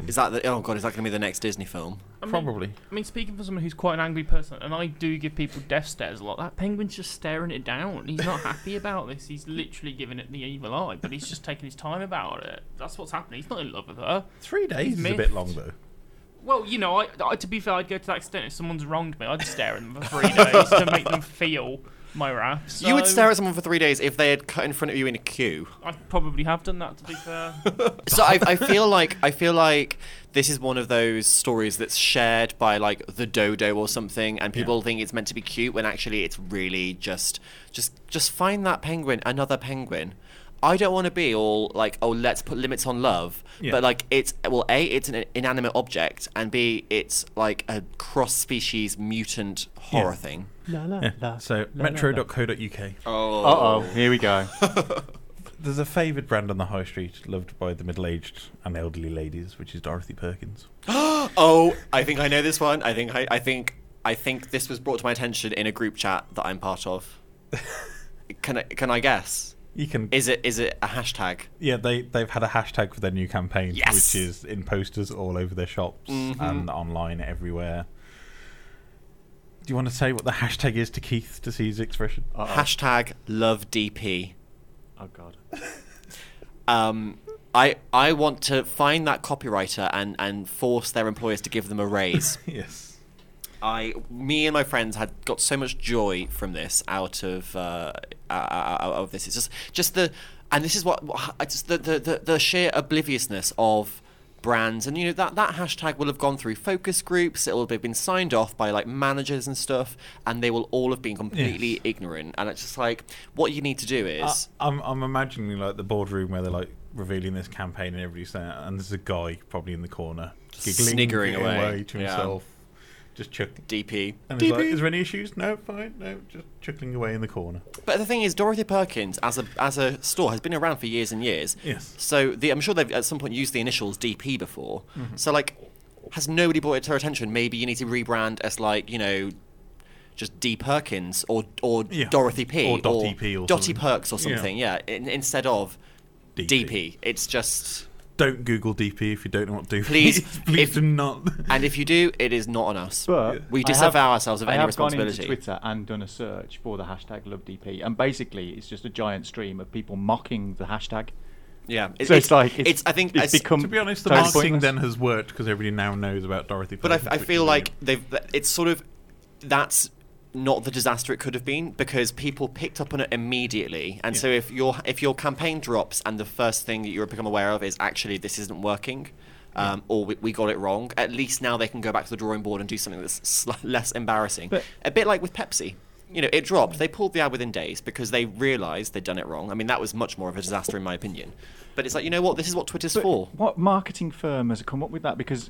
Is that the? Oh god, is that going to be the next Disney film? I mean- Probably. I mean, speaking for someone who's quite an angry person, and I do give people death stares a lot, that penguin's just staring it down. He's not happy about this. He's literally giving it the evil eye, but he's just taking his time about it. That's what's happening. He's not in love with her. Three days is He's a bit miffed. long though. Well, you know, I, I, to be fair, I'd go to that extent. If someone's wronged me, I'd stare at them for three days to make [laughs] them feel my wrath. You would So, stare at someone for three days if they had cut in front of you in a queue. I probably have done that, to be fair. So I, I feel like I feel like this is one of those stories that's shared by like the dodo or something, and people think it's meant to be cute when actually it's really just just just find that penguin, another penguin. I don't want to be all like, oh, let's put limits on love, Yeah. but like it's well, a it's an inanimate object, and b it's like a cross-species mutant horror Yeah. thing. La, la, Yeah. la, so la, la, la. metro.co.uk. Oh, Uh oh, here we [laughs] go. There's a favoured brand on the high street loved by the middle-aged and elderly ladies, which is Dorothy Perkins. [gasps] Oh, I think I know this one. I think I, I think I think this was brought to my attention in a group chat that I'm part of. can I can I guess? You can Is it is it a hashtag? Yeah, they they've had a hashtag for their new campaign, Yes! Mm-hmm. which is in posters all over their shops and online everywhere. Do you want to say what the hashtag is to Keith to see his expression? Uh, Uh-oh. Hashtag love DP. oh god. Um, I I want to find that copywriter and and force their employers to give them a raise. yes. I, me and my friends had got so much joy from this out of uh, uh, out of this. It's just just the and this is what what- I just the, the the the sheer obliviousness of brands and you know that that hashtag will have gone through focus groups. It will have been signed off by like managers and stuff, and they will all have been completely Yes. Uh, ignorant. And it's just like what you need to do I, is. I'm I'm imagining like the boardroom where they're like revealing this campaign and everybody's saying, and there's a guy probably in the corner giggling Sniggering away. to Yeah. himself, just chuckling. DP. And he's like, DP. is there any issues? No, fine, no, just chuckling away in the corner. But the thing is, Dorothy Perkins as a as a store has been around for years and years. Yes. So the, I'm sure they've at some point used the initials DP before. Mm-hmm. So like, has nobody brought it to her attention? Maybe you need to rebrand as like you know, just D Perkins or or Yeah. Dorothy P Or Dottie P or Dottie something. Perks or Yeah. something. Yeah. In, instead of DP. DP. it's just. Don't Google DP if you don't know what DP Please, is. [laughs] Please if- do not. And if you do, it is not on us. But I we have- disavow ourselves of I any have responsibility. gone into Twitter and done a search for the hashtag LoveDP, and basically it's just a giant stream of people mocking the hashtag. yeah. It- so it's, like it's, I think it's I s- become. To be honest, the totally marketing pointless. then has worked because everybody now knows about Dorothy. But I, Perkins, I which feel is like they've. It's sort of that's not the disaster it could have been because people picked up on it immediately. And so Yeah. if your if your campaign drops and the first thing that you become aware of is actually this isn't working. Um, or we, we got it wrong. At least now they can go back to the drawing board and do something that's sl- [laughs] less embarrassing. But- a bit like with Pepsi, you know, it dropped. They pulled the ad within days because they realised they'd done it wrong. I mean, that was much more of a disaster in my opinion. But it's like you know what? This is what Twitter's But for. What marketing firm has come up with that? Because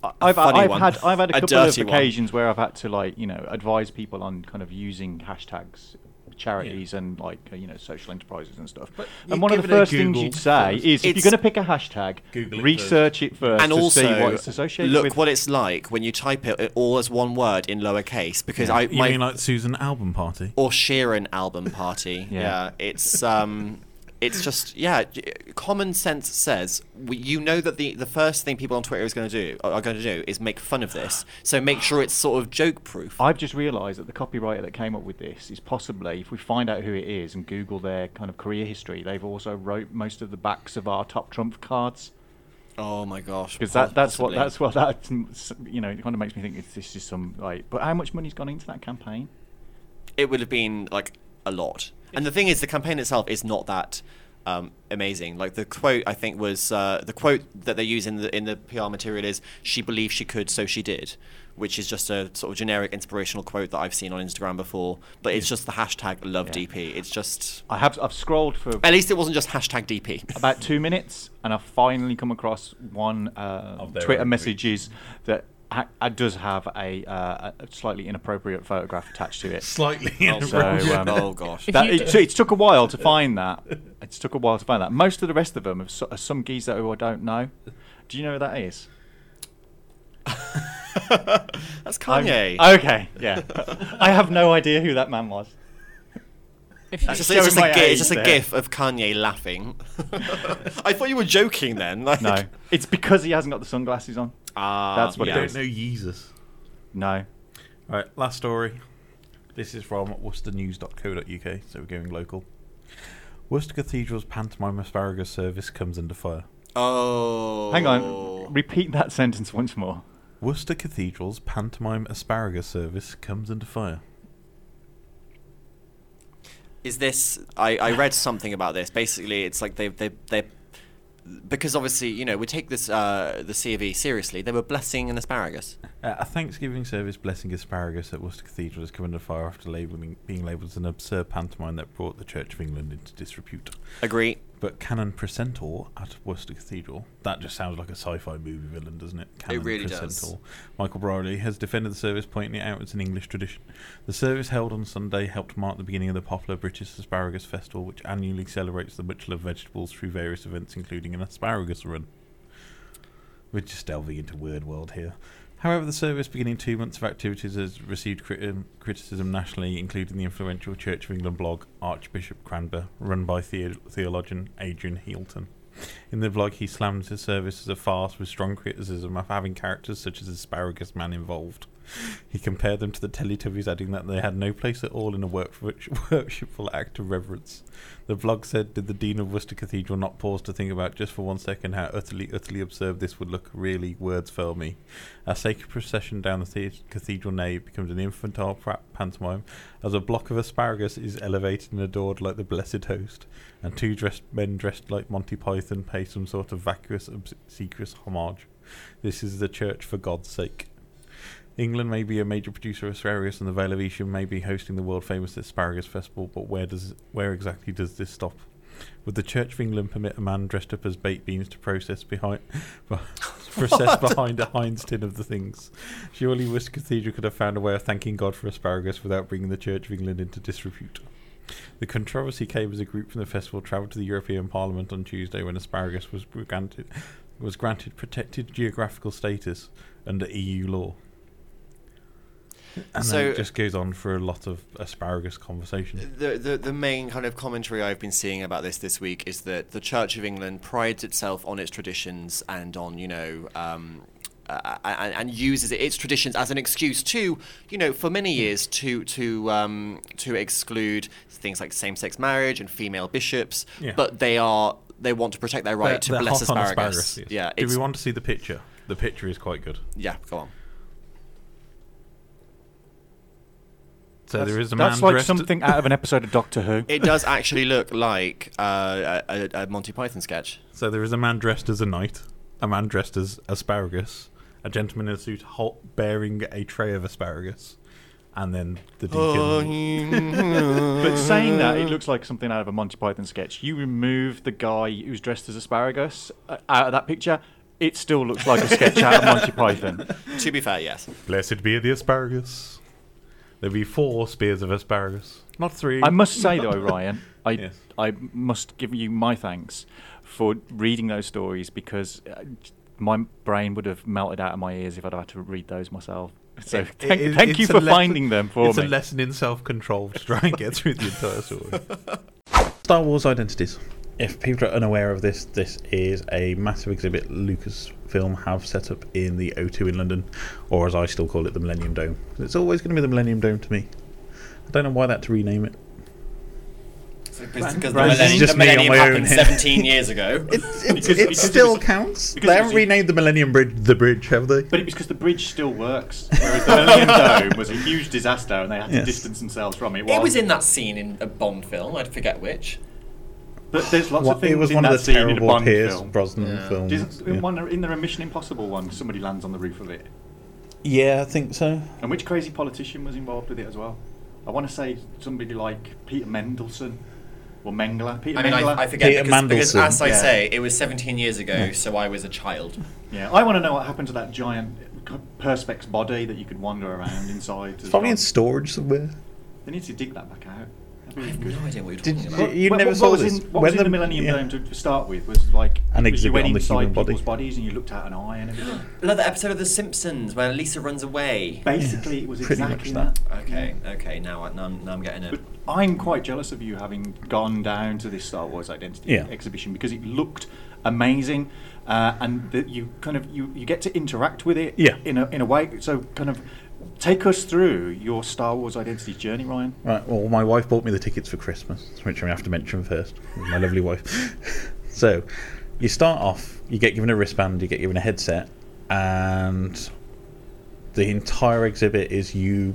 I- A I've, funny I've one. had I've had a, A couple of dirty one. occasions where I've had to like you know advise people on kind of using hashtags, charities and like uh, you know social enterprises and stuff. you and one of give it the a first things Google you'd say first. is if It's- you're going to pick a hashtag, Google it research it first and to also see what it's associated look with. what it's like when you type it all as one word in lowercase because I you my, mean like Susan album party? or Sheeran album party [laughs] yeah. Yeah. it's um it's just yeah j- common sense says we, you know that the the first thing people on Twitter is going to do are going to do is make fun of this so make sure it's sort of joke proof I've just realised that the copywriter that came up with this is possibly, if we find out who it is and Google their kind of career history, they've also wrote most of the backs of our top trump cards. oh my gosh Because that, that's possibly. what that's what that you know it kind of makes me think it's, this is some like. But how much money's gone into that campaign? it would have been like a lot. And the thing is, the campaign itself is not that um, amazing. Like the quote, I think was uh, the quote that they use in the in the PR material is "She believed she could, so she did," which is just a sort of generic inspirational quote that I've seen on Instagram before. But it's just the hashtag love Yeah. DP. It's just I have I've scrolled for at least it wasn't just hashtag [laughs] DP. about two minutes, and I've finally come across one uh, Of their Twitter own messages that ha- uh, does have a, uh, a slightly inappropriate photograph attached to it. Slightly [laughs] Oh, So, inappropriate. um, oh gosh. If That, you it, do- it took a while to find [laughs] that. It took a while to find that. Most of the rest of them are, so, are some geezer who I don't know. Do you know who that is? That's I'm- Kanye. okay, [laughs] yeah. I have no idea who that man was. If you, It's just, showing it's just my a, gi- age it's just a there. gif of Kanye laughing. [laughs] I thought you were joking then. Like, No, [laughs] it's because he hasn't got the sunglasses on. [laughs] Ah, That's what you it don't is. know Jesus. No, Right, last story. This is from worcesternews.co.uk, so we're going local. Worcester Cathedral's pantomime asparagus service comes under fire. Oh. hang on. Repeat that [laughs] sentence once more. Worcester Cathedral's pantomime asparagus service comes under fire. Is this? I, I read something about this. Basically, it's like they they they because obviously you know we take this uh, the C of E seriously. They were blessing an asparagus. Uh, a Thanksgiving service blessing asparagus at Worcester Cathedral has come under fire after labelling, being labelled as an absurd pantomime that brought the Church of England into disrepute. Agree. But Canon Precentor at Worcester Cathedral, that just sounds like a sci fi movie villain, doesn't it? Canon really does. Precentor. Michael Brierley has defended the service, pointing it out as an English tradition. The service held on Sunday helped mark the beginning of the popular British Asparagus Festival, which annually celebrates the much loved vegetables through various events, including an asparagus run. We're just delving into word world here. However, the service, beginning two months of activities, has received crit- um, criticism nationally, including the influential Church of England blog Archbishop Cranber, run by theo- theologian Adrian Healton. In the blog, he slammed the service as a farce with strong criticism of having characters such as Asparagus Man involved. He compared them to the Teletubbies, adding that they had no place at all in a work- worshipful act of reverence. The blog said, Did the Dean of Worcester Cathedral not pause to think about just for one second how utterly, utterly absurd this would look? Really, words fail me. A sacred procession down the thea- cathedral nave becomes an infantile pra- pantomime as a block of asparagus is elevated and adored like the Blessed Host, and two dressed men dressed like Monty Python pay some sort of vacuous, obsequious homage. This is the church for God's sake. England may be a major producer of asparagus, and the Vale of Evesham may be hosting the world famous asparagus festival. But where does where exactly does this stop? Would the Church of England permit a man dressed up as baked beans to process behind, [laughs] process behind a Heinz tin of the things? Surely Worcester Cathedral could have found a way of thanking God for asparagus without bringing the Church of England into disrepute. The controversy came as a group from the festival travelled to the European Parliament on Tuesday when asparagus was granted was granted protected geographical status under EU law. And then So- it just goes on for a lot of asparagus conversation. The, the the main kind of commentary I've been seeing about this this week is that the Church of England prides itself on its traditions and on you know. Um, uh, and, and uses its traditions as an excuse to, you know, for many years to to um, to exclude things like same-sex marriage and female bishops. Yeah. But they are they want to protect their right to They're bless hot on asparagus. yes. Yeah, Do it's, we want to see the picture? The picture is quite good. yeah, go on. So that's, there is a man that's like dressed something out of an episode of Doctor [laughs] Who. It does actually look like uh, a, a a Monty Python sketch. [laughs] So there is a man dressed as a knight, a man dressed as asparagus, a gentleman in a suit hot, bearing a tray of asparagus, and then the Oh. deacon. But saying that, it looks like something out of a Monty Python sketch. You remove the guy who's dressed as asparagus uh, out of that picture, it still looks like a sketch out of [laughs] Monty Python. [laughs] to be fair, yes. Blessed be the asparagus. There be four spears of asparagus, not three. I must say though, [laughs] Ryan, I Yes. I must give you my thanks for reading those stories because uh, my brain would have melted out of my ears if I'd had to read those myself. So It- [laughs] thank, it- thank it's you a for lesson- finding them for it's me. a lesson in self-control to try and get through the entire story. [laughs] Star Wars identities. If people are unaware of this, this is a massive exhibit Lucasfilm have set up in the O2 in London, or as I still call it, the Millennium Dome. It's always going to be the Millennium Dome to me. I don't know why that to rename it. Because the Brand- This is millennium, just the me on millennium my own [laughs] happened here. 17 years ago. It, Because- because still counts. They it haven't was- renamed the Millennium Bridge the bridge, have they? But it was because the bridge [laughs] still works, whereas the Millennium Dome was a huge disaster and they had Yes. to distance themselves from it. it while- was in that scene in a Bond film. I forget which. But there's lots of What- things it was in one that of the scene in a terrible Bond Pierce film. Brosnan Yeah. films. Isn't- yeah. in one- in the Mission Impossible one, somebody lands on the roof of it. yeah, I think so. And which crazy politician was involved with it as well? I want to say somebody like Peter Mendelson or Mengler. Peter I mean, Mengler. I, I forget Peter because, because, Mandelson. as I Yeah. say, it was 17 years ago, so I was a child. Yeah, I want to know what happened to that giant perspex body that you could wander around inside. It's probably in storage somewhere. They need to dig that back out. That'd be I have good. no idea what you're Did talking you- about. What- you what- never what saw was this. In, what When was in the the- Millennium yeah. Dome to, to start with was like An you exhibit went on the inside human body. people's bodies and you looked out an eye and everything. Another episode of The Simpsons where Lisa runs away. Basically, it was pretty much exactly that. that. Okay, Mm. okay, now, I, now, I'm, now I'm getting it. But I'm quite jealous of you having gone down to this Star Wars Identity Yeah. exhibition because it looked amazing, uh, and that you kind of you, you get to interact with it Yeah. in a in a way. So kind of take us through your Star Wars Identity journey, Ryan. Right. Well, my wife bought me the tickets for Christmas, which I have to mention first. My lovely wife. [laughs] So, you start off. You get given a wristband. You get given a headset, and the entire exhibit is you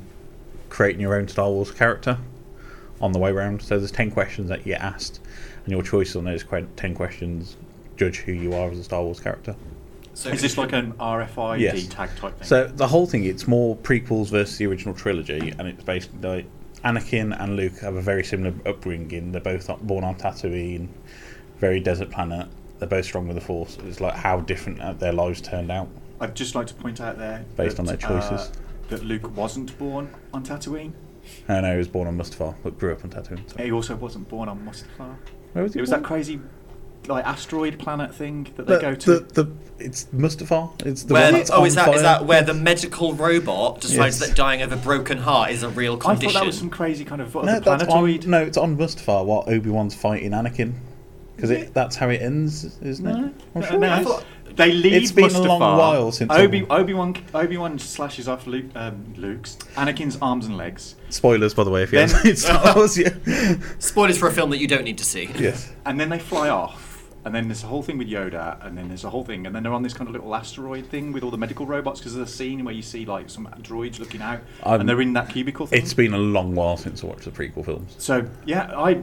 creating your own Star Wars character on the way round. So there's ten questions that you get asked, and your choices on those que- ten questions judge who you are as a Star Wars character. So Is this like an RFID Yes. tag type thing? So the whole thing, it's more prequels versus the original trilogy, and it's basically like Anakin and Luke have a very similar upbringing. They're both on- born on Tatooine, very desert planet. They're both strong with the Force. It's like how different uh, their lives turned out. I'd just like to point out there Based on that, their uh, choices. that Luke wasn't born on Tatooine. And I was born on Mustafar, but grew up on Tatooine. so- He also wasn't born on Mustafar. Where was he It was born? that crazy like asteroid planet thing that they go to. The, the, it's Mustafar. It's the where, one that's oh, on is that is fire. that where the medical robot decides Yes. that dying of a broken heart is a real I condition? thought that was some crazy kind of No, other that's on, planetoid. [laughs] no, it's on Mustafar while Obi Wan's fighting Anakin, because it, that's how it ends, isn't it? I'm No, sure no, it is. it's- they leave It's been a Mustafar. long while since Obi I- Obi Wan Obi Wan slashes off Luke, um, Luke's Anakin's arms and legs, Spoilers, by the way, if you Then- haven't seen [laughs] Star Wars yet. Spoilers for a film that you don't need to see. yes. and then they fly off. And then there's a whole thing with Yoda, and then there's a whole thing, and then they're on this kind of little asteroid thing with all the medical robots because there's a scene where you see like some droids looking out, Um, and they're in that cubicle thing. It's been a long while since I watched the prequel films. So yeah, I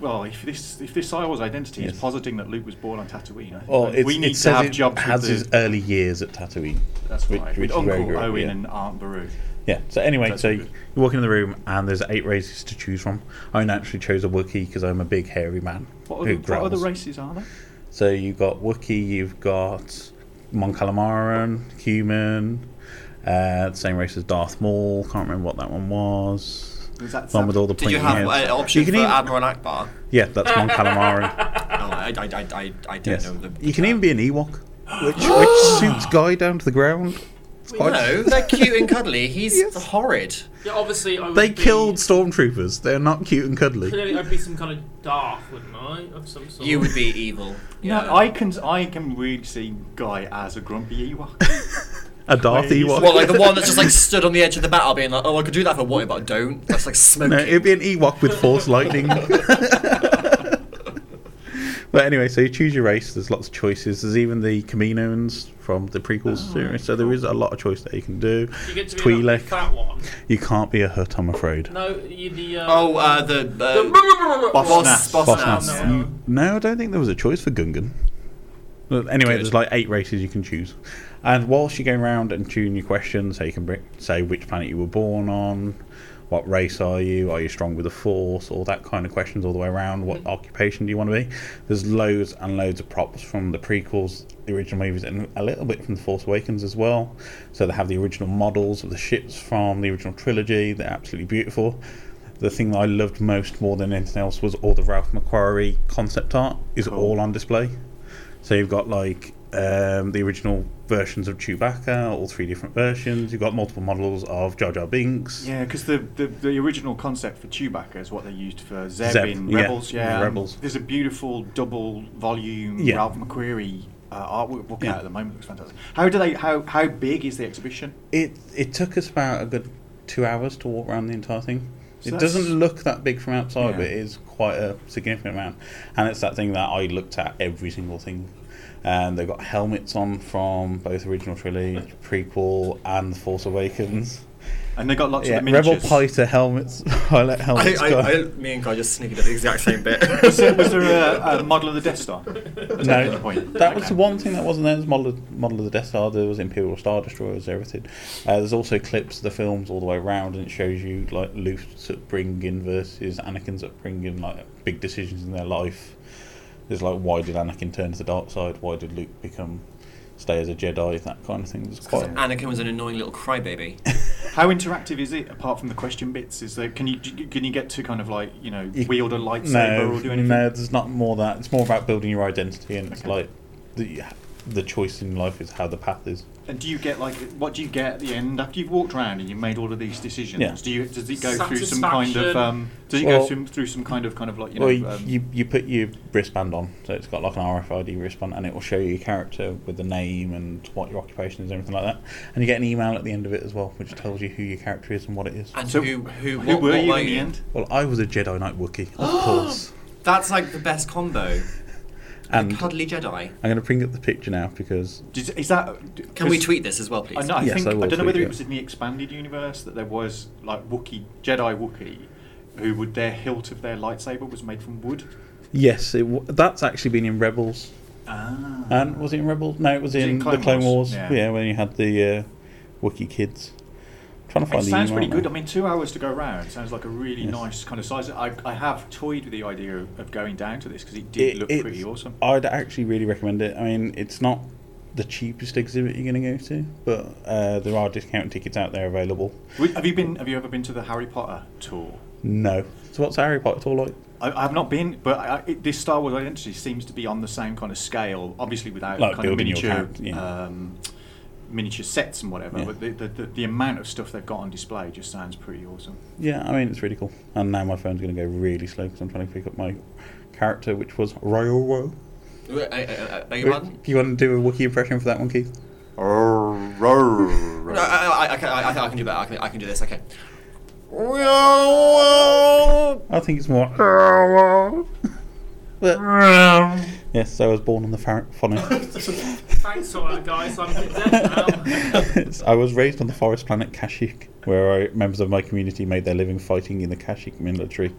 well, if this if this Star Wars identity Yes. is positing that Luke was born on Tatooine, I think Well, that it's, we it need to says have it jobs. has with his the, early years at Tatooine. that's which- right, which with is where he Uncle grew up, Owen yeah. and Aunt Beru. Yeah. So anyway, That's so good. you walk into the room and there's eight races to choose from. I naturally chose a Wookiee because I'm a big hairy man What who other, what growls. other races are there? So you've got Wookiee, you've got Mon Calamari, human, uh, the same race as Darth Maul. Can't remember what that one was. Is that- one with all the Did you pointy have heads. an uh, option You can for even- Admiral Akbar? Yeah, that's Mon Calamari. No, [laughs] Oh, I, I, I, I, I don't Yes. know the. You can even be an Ewok, [gasps] which which suits Guy down to the ground. It's quite- No, they're cute [laughs] and cuddly. He's horrid. [laughs] Yeah, obviously, I would They be, killed stormtroopers. They're not cute and cuddly. Clearly, I'd be some kind of Darth, wouldn't I? Of some sort. You would be evil. No, I can I can really see Guy as a grumpy Ewok. [laughs] A Darth Wait, Ewok. Well, like the one that's just like stood on the edge of the battle, being like, "Oh, I could do that if I wanted, but I don't." That's [laughs] like no, smoking. it'd be an Ewok with force lightning. [laughs] but anyway, so you choose your race. There's lots of choices. There's even the Kaminoans from the prequels series. So there is a lot of choice that you can do. Oh, You get to be Twi'lek. like that one. You can't be a Hut, I'm afraid. No, you the. Uh, oh, uh, the, uh, boss, Boss boss, Boss Nass. Nass. No. No, I don't think there was a choice for Gungan. Well, Anyway, Good. there's like eight races you can choose. And whilst you go around and tune your questions, so you can bring, say which planet you were born on, what race are you, are you strong with the force, all that kind of questions all the way around, what occupation do you want to be. There's loads and loads of props from the prequels, the original movies, and a little bit from The Force Awakens as well. So they have the original models of the ships from the original trilogy, they're absolutely beautiful the thing that I loved most more than anything else was all the Ralph Macquarie concept art is all on display. So you've got like um, the original versions of Chewbacca, all three different versions. You've got multiple models of Jar Jar Binks. Yeah, because the, the the original concept for Chewbacca is what they used for Zeb, Zeb, in yeah, Rebels. Yeah, Um, in Rebels. There's a beautiful double volume Yeah. Ralph McQuarrie uh, artwork book Yeah. out at the moment. looks fantastic. How do they? How how big is the exhibition? It it took us about a good two hours to walk around the entire thing. So it that's- doesn't look that big from outside, Yeah. but it is quite a significant amount. And it's that thing that I looked at every single thing. And they've got helmets on from both original trilogy, prequel, and The Force Awakens. And they got lots Yeah, of the Rebel miniatures. Piter helmets, [laughs] highlight I, helmets. I, guy. I, me and Guy just sneaking at the exact same bit. [laughs] Was there, [laughs] was there a, a model of the Death Star? That's no, the point. that was Okay. the one thing that wasn't there. Was model of, model of the Death Star. There was Imperial Star Destroyers, everything. Uh, there's also clips of the films all the way around, and it shows you like Luke's upbringing versus Anakin's upbringing, like big decisions in their life. There's like, why did Anakin turn to the dark side? Why did Luke become stay as a Jedi, that kind of thing. It's Because quite Anakin was an annoying little crybaby. How interactive is it? Apart from the question bits, is there? Can you can you get to kind of like you know You- wield a lightsaber no, or do anything? no, there's not more that. It's more about building your identity, and it's Okay. like the the choice in life is how the path is. And do you get like what do you get at the end after you've walked around and you've made all of these decisions? Yeah. Do you does it go through some kind of Satisfaction. um, does it Well- go through, through some kind of kind of like you know well, you, um, you you put your wristband on, so it's got like an RFID wristband, and it will show you your character with the name and what your occupation is, and everything like that. And you get an email at the end of it as well, which tells you who your character is and what it is. And So, who, who, who what, were what you were in the you? end? Well, I was a Jedi Knight Wookiee, [gasps] of course. That's like the best combo. And a cuddly Jedi. I'm going to bring up the picture now because Did, is that d- Can we 'cause tweet this as well, please? I, know, I Yes, think I I, will don't know whether tweet it was it. in the expanded universe that there was like Wookiee Jedi Wookiee who would their hilt of their lightsaber was made from wood. yes, it w- that's actually been in Rebels. Ah. And was it in Rebels? No, it was it in, in Clone the Clone Wars. Wars? Yeah. Yeah. when you had the uh, Wookiee kids. trying to find It the sounds email pretty good. now. I mean, two hours to go round sounds like a really Yes. nice kind of size. I, I have toyed with the idea of, of going down to this because it did look it's- pretty awesome. I'd actually really recommend it. I mean, it's not the cheapest exhibit you're going to go to, but uh, there are discount tickets out there available. Would- Have you been? Have you ever been to the Harry Potter tour? No. So what's Harry Potter all like? I, I've not been, but I, it, this Star Wars identity seems to be on the same kind of scale, obviously without Like kind of building your miniature, character, yeah. um, miniature sets and whatever. Yeah. But the, the, the, the amount of stuff they've got on display just sounds pretty awesome. Yeah, I mean, it's really cool. And now my phone's going to go really slow because I'm trying to pick up my character, which was Ryoro. Uh, uh, uh, Beg your Do pardon? you want to do a Wookiee impression for that one, Keith? No, I, I, I, can- I, I can do better. I can, I can do this. Okay. Well, I think it's more. [laughs] but, yes, I was born on the far- phonic. [laughs] Thanks for that, guys. I'm dead now. [laughs] I was raised on the forest planet Kashyyyk, where I, members of my community made their living fighting in the Kashyyyk military.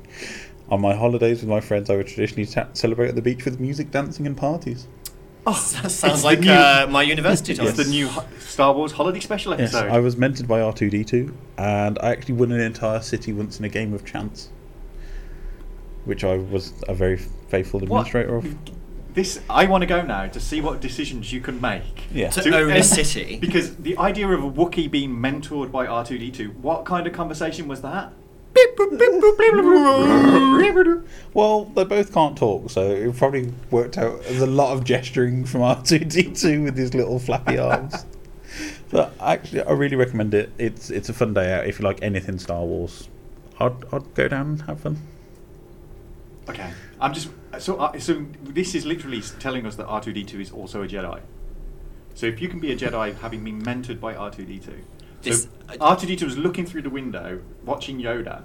On my holidays with my friends, I would traditionally ta- celebrate at the beach with music, dancing, and parties. Oh, [laughs] sounds like new- uh, my university time. It's the new ho- Star Wars holiday special Yes, episode. I was mentored by R2D2, and I actually won an entire city once in a game of chance, which I was a very faithful administrator of. This I want to go now to see what decisions you can make. Yeah. To own a end- city. Because the idea of a Wookiee being mentored by R2D2, what kind of conversation was that? Well, they both can't talk, so it probably worked out as a lot of gesturing from [laughs] R2D2 with his little flappy arms. but actually, I really recommend it. It's it's a fun day out if you like anything Star Wars. I'd, I'd go down and have fun. Okay, I'm just so uh, so. This is literally s- telling us that R two D two is also a Jedi. So if you can be a Jedi, having been mentored by R two D two, This- uh, so R two D two was looking through the window, watching Yoda,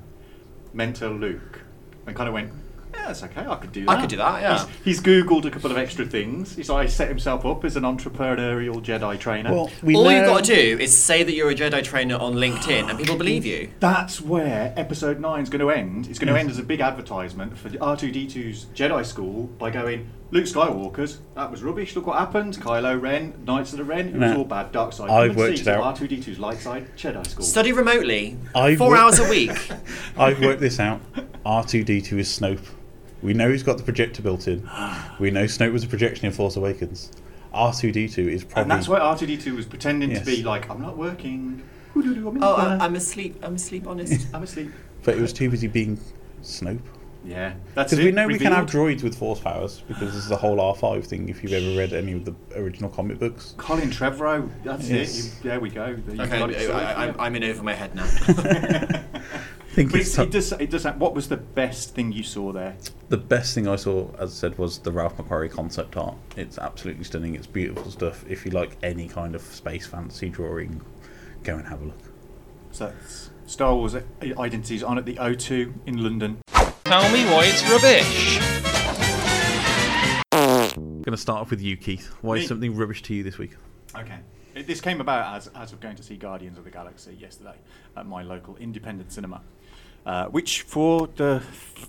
mentor Luke, and kind of went. Yeah, that's okay. I could do I that. could do that, yeah. He's, he's googled a couple of extra things. He's like set himself up as an entrepreneurial Jedi trainer. we All you've got to do is say that you're a Jedi trainer on LinkedIn, and people believe you. That's where episode 9 is going to end. It's going to end as a big advertisement for R2D2's Jedi School by going, Luke Skywalker's, that was rubbish, look what happened. Kylo Ren, Knights of the Ren, it was No. all bad, dark side. I've Come and worked see it to out. R2D2's light side, Jedi School. Study remotely, I four would- hours a week. [laughs] I've worked this out. R2D2 is Snope. We know he's got the projector built in. [gasps] We know Snope was a projection in Force Awakens. R2D2 is probably. and that's where R2D2 was pretending Yes. to be like, I'm not working. Hoo-doo-doo, I'm in Oh, the I, corner. I'm asleep. I'm asleep. Honest. I'm asleep. But it was too busy being Snope. Yeah, that's Because it. we know we can have revealed. droids with force powers, because this is the whole R5 thing if you've ever read any of the original comic books. Colin Trevorrow, that's Yes. it. You, there we go. You Okay, got it sorted, I, I, yeah. I'm, I'm in over my head now. [laughs] I think But it's it's, it does. It does. What was the best thing you saw there? the best thing I saw, as I said, was the Ralph Macquarie concept art. It's absolutely stunning. It's beautiful stuff. If you like any kind of space fantasy drawing, go and have a look. So that's Star Wars identities on at the O2 in London. Tell me why it's rubbish. going to start off with you, Keith. Why Me? is something rubbish to you this week? Okay. It- This came about as, as of going to see Guardians of the Galaxy yesterday at my local independent cinema, uh, which for the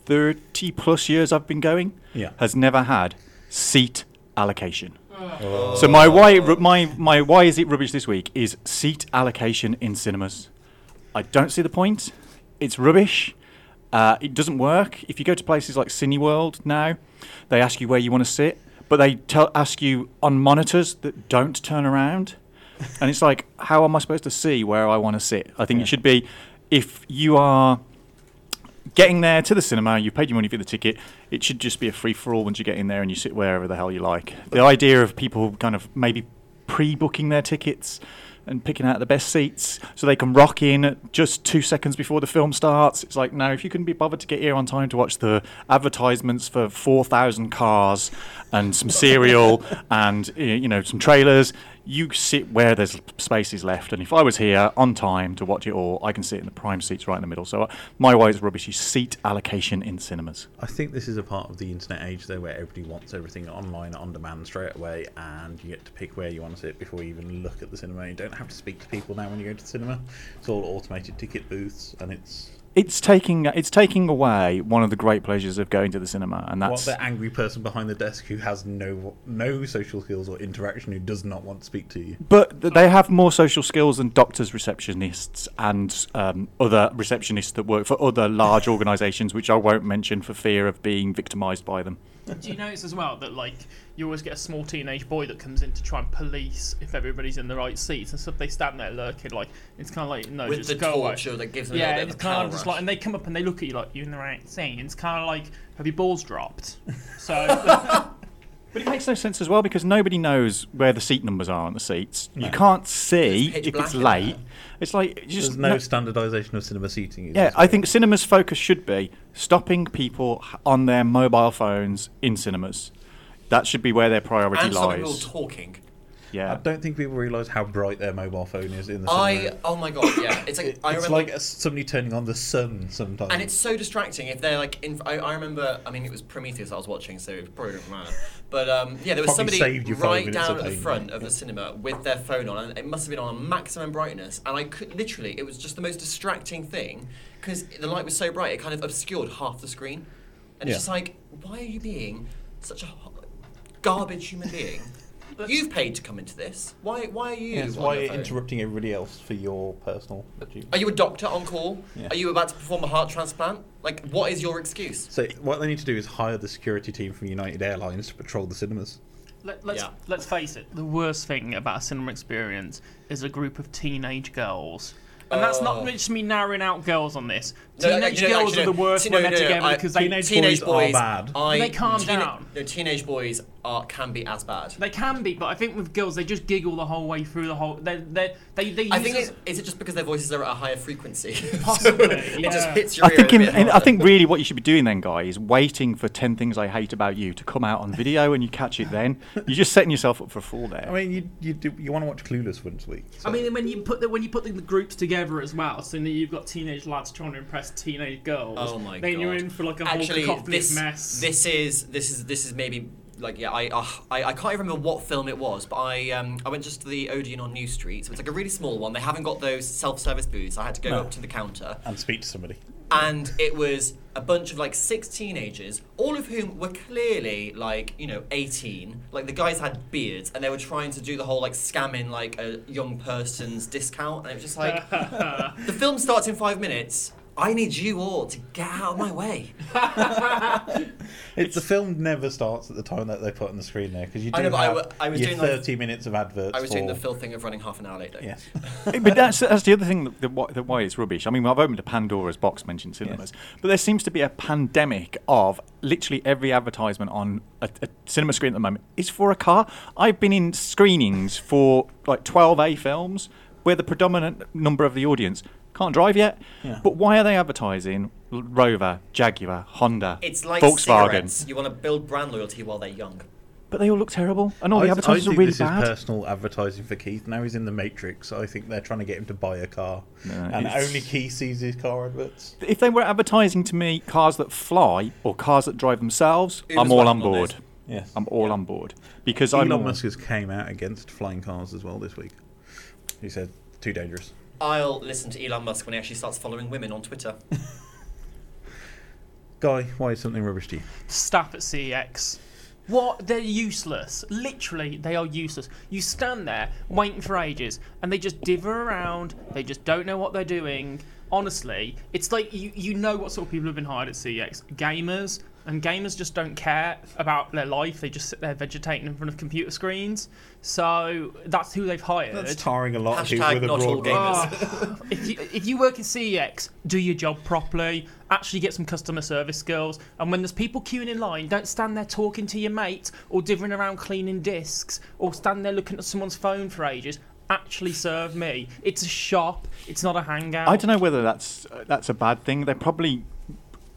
30 plus years I've been going Yeah. has never had seat allocation. So my why ru- my my why is it rubbish this week is seat allocation in cinemas. I don't see the point. It's rubbish. Uh, it doesn't work. If you go to places like Cineworld now, they ask you where you want to sit, but they tell ask you on monitors that don't turn around, and it's like, how am I supposed to see where I want to sit? I think it should be if you are getting there to the cinema, you paid your money for the ticket. It should just be a free for all once you get in there and you sit wherever the hell you like. The idea of people kind of maybe pre-booking their tickets and picking out the best seats so they can rock in just two seconds before the film starts. It's like, no, if you couldn't be bothered to get here on time to watch the advertisements for four thousand cars and some cereal [laughs] and y- you know some trailers, you sit where there's spaces left. And if I was here on time to watch it all, I can sit in the prime seats right in the middle. So uh, my way is rubbish. Is seat allocation in cinemas? I think this is a part of the internet age, though, where everybody wants everything online on demand straight away, and you get to pick where you want to sit before you even look at the cinema. You don't have to speak to people now when you go to the cinema. It's all automated ticket booths, and it's It's taking uh, it's taking away one of the great pleasures of going to the cinema, and what that's the angry person behind the desk who has no no social skills or interaction who does not want to speak to you. But th- they have more social skills than doctors, receptionists, and um, other receptionists that work for other large organisations, which I won't mention for fear of being victimised by them. Do you notice as well that like you always get a small teenage boy that comes in to try and police if everybody's in the right seats and stuff? They stand there lurking, like it's kind of like no, With just the go away. torture that gives them a Yeah, little bit of it's a power kind of just rush. like, and they come up and they look at you like you're in the right seat. It's kind of like have your balls [laughs] dropped? So But it makes no sense as well because nobody knows where the seat numbers are on the seats. You can't see It's pitch if it's black in late. there. It's like it's just There's no, no- standardisation of cinema seating. is Yeah, this I way? think cinemas' focus should be stopping people h- on their mobile phones in cinemas. That should be where their priority and some people lies. talking. yeah, I don't think people realise how bright their mobile phone is in the I cinema. oh my god, yeah. It's like I it's remember like a- somebody turning on the sun sometimes. And it's so distracting if they're like. In, I, I remember. I mean, it was Prometheus I was watching, so it probably didn't matter. But um, yeah, there was Probably saved somebody you five right minutes down of at the pain, front yeah. of the cinema with their phone on, and it must have been on maximum brightness. And I could literally, it was just the most distracting thing because the light was so bright, it kind of obscured half the screen. And Yeah. it's just like, why are you being such a ho- garbage human being? You've paid to come into this. Why? Why are you? Yes, on why your phone? interrupting everybody else for your personal Are you a doctor on call? Yeah. Are you about to perform a heart transplant? Like, what is your excuse? So what they need to do is hire the security team from United Airlines to patrol the cinemas. let, let's Yeah. let's face it, the worst thing about a cinema experience is a group of teenage girls. And that's not Oh. just me narrowing out girls on this. No, Teenage actually, no, girls actually, are the no. worst Teen- when no, they're no, no, together I- because they teenage boys are bad. I, They calm teena- down. No, teenage boys are can be as bad. They can be, but I think with girls, they just giggle the whole way through the whole. They they they, they use I think us- it, is it just because their voices are at a higher frequency? [laughs] Possibly, it just yeah. hits your I ear think a in, bit in, I harder. [laughs] think really what you should be doing then, guy, is waiting for ten things I hate about you to come out on video, and you catch it. [laughs] Then you're just setting yourself up for a fall there. I mean, you you do, you want to watch Clueless once a week. I so- mean, when you put the when you put the, the groups together as well, so now you've got teenage lads trying to impress teenage girls. Oh my then god! you're in for like a whole Actually, cacophony of this, mess. This is this is this is maybe like yeah. I, uh, I I can't even remember what film it was, but I um I went just to the Odeon on New Street. So it's like a really small one. They haven't got those self-service booths. I had to go up to the counter. and speak to somebody. and it was a bunch of like six teenagers, all of whom were clearly like you know eighteen. Like the guys had beards, and they were trying to do the whole like scamming like a young person's discount, and it was just like the film starts in five minutes. I need you all to get out of my way. It's, the film never starts at the time that they put on the screen there because you do I know, but I have wa- I was your doing, like- thirty minutes of adverts. I was doing for- the filth thing of running half an hour late. Though. Yes, but that's that's the other thing that, that, why, that why it's rubbish. I mean, I've opened a Pandora's box mentioned cinemas, but there seems to be a pandemic of literally every advertisement on a, a cinema screen at the moment is for a car. I've been in screenings for like 12A films where the predominant number of the audience can't drive yet. Yeah. But why are they advertising L- Rover, Jaguar, Honda, It's like Volkswagen? cigarettes. You want to build brand loyalty while they're young. But they all look terrible, and all I, Oh, the I advertisers think are really this bad. is personal advertising for Keith. Now he's in the Matrix. I think they're trying to get him to buy a car, and it's- only Keith sees his car adverts. if they were advertising to me cars that fly or cars that drive themselves, Uber's I'm all on working on board. this. Yes, I'm all on board because Elon I'm Musk has came out against flying cars as well this week. He said too dangerous. I'll listen to Elon Musk when he actually starts following women on Twitter. Guy, why is something rubbish to you? staff at CEX. What? They're useless. Literally, they are useless. You stand there waiting for ages, and they just diver around. They just don't know what they're doing. Honestly, it's like you, you know what sort of people have been hired at CEX. E Gamers, And gamers just don't care about their life; they just sit there vegetating in front of computer screens. So that's who they've hired. That's tarring a lot of people Hashtag with a not all broad brush. gamers. if you if you work in CEX, do your job properly. Actually, get some customer service skills. And when there's people queuing in line, don't stand there talking to your mate or divvying around cleaning discs or stand there looking at someone's phone for ages. Actually, serve me. It's a shop. It's not a hangout. I don't know whether that's uh, that's a bad thing. They're probably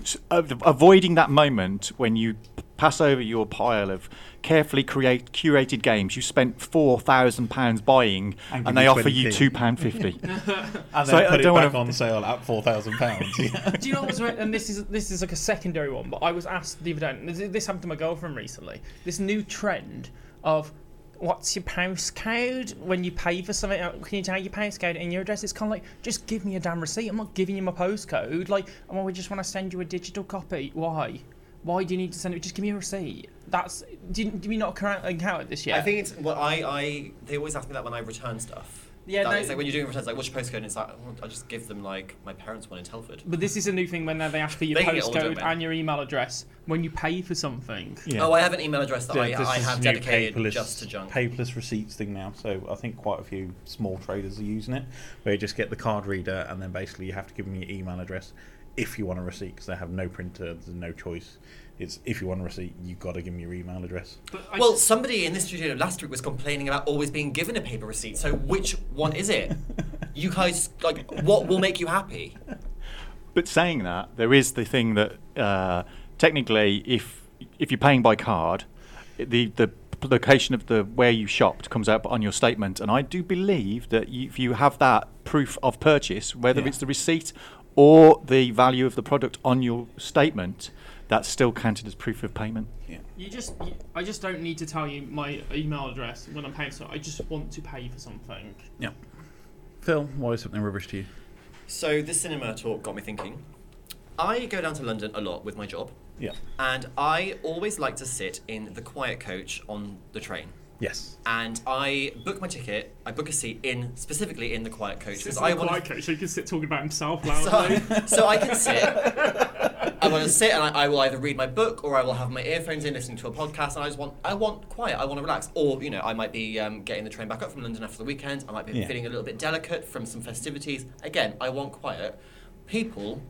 s- av- avoiding that moment when you p- pass over your pile of carefully create curated games you spent four thousand pounds buying, And and, give they you offer you 20p. two pound fifty. And So then I- I put it don't back wanna- on sale at four thousand [laughs] pounds. Do you know what's weird? And this is this is like a secondary one, but I was asked the other day. and This, this happened to my girlfriend recently. This new trend of what's your postcode when you pay for something? uh, Can you tell your postcode and your address? It's kind of like just give me a damn receipt. I'm not giving you my postcode. Like, oh, we just want to send you a digital copy. Why? Why do you need to send it? Just give me a receipt. That's do, you- do we not account account it this year? I think it's well, I, I they always ask me that when I return stuff. Yeah, That no- it's like when you're doing returns, like what's your postcode? And it's like "Oh, I just give them like my parents' one in Telford. But this is a new thing when they ask for your They can get all postcode done, man. and your email address when you pay for something. Yeah. Oh, I have an email address that Yeah, I, this I is have new dedicated just to junk. Paperless receipts thing now, so I think quite a few small traders are using it, where you just get the card reader and then basically you have to give them your email address if you want a receipt because they have no printer, there's no choice. It's if you want a receipt, you've got to give them your email address. Well, somebody in this studio last week was complaining about always being given a paper receipt. So which one [laughs] is it? you guys like what will make you happy? But saying that, there is the thing that uh, technically, if if you're paying by card, the the location of the where you shopped comes out on your statement, and I do believe that you, if you have that proof of purchase, whether Yeah. it's the receipt or the value of the product on your statement, that's still counted as proof of payment. Yeah. You just, you, I just don't need to tell you my email address when I'm paying. So I just want to pay for something. Yeah. Phil, why is something rubbish to you? So this cinema talk got me thinking. I go down to London a lot with my job, Yeah. and I always like to sit in the quiet coach on the train. Yes. and I book my ticket. I book a seat in specifically in the quiet coach because I I want. like it, so he can sit talking about himself [laughs] So, loudly. so I can [laughs] sit. I want to sit, and I, I will either read my book or I will have my earphones in, listening to a podcast. And I just want, I want quiet. I want to relax. Or you know, I might be um, getting the train back up from London after the weekend. I might be Yeah. feeling a little bit delicate from some festivities. Again, I want quiet. People.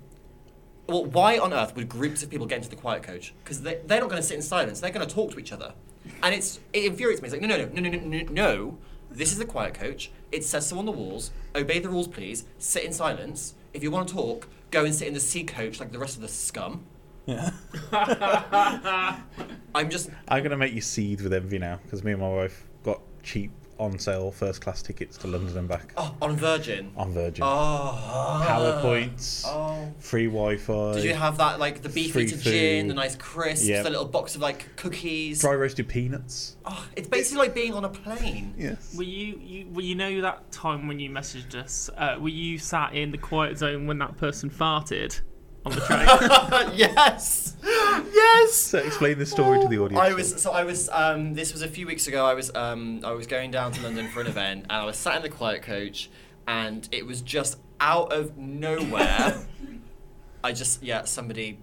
Well, why on earth would groups of people get into the quiet coach? Because they, they're not going to sit in silence. They're going to talk to each other, and it's it infuriates me. It's like no, no, no, no, no, no, no, no. This is the quiet coach. It says so on the walls. Obey the rules, please. Sit in silence. If you want to talk, go and sit in the C coach like the rest of the scum. I'm just [laughs] I'm going to make you seethe with envy now because me and my wife got cheap on sale first class tickets to London and back oh, on Virgin. on Virgin. Oh. PowerPoints, Oh. free Wi Fi. Did you have that like the beef Free eater gin, food. the nice crisps, Yep. the little box of like cookies? dry roasted peanuts? Oh, it's basically like being on [laughs] a plane. Yes. were you, you, were you know that time when you messaged us? Uh, were you sat in the quiet zone when that person farted on the train? [laughs] yes, yes. So explain the story to the audience. I was so I was um, this was a few weeks ago. I was um, I was going down to London for an event, and I was sat in the quiet coach, and it was just out of nowhere. I just yeah somebody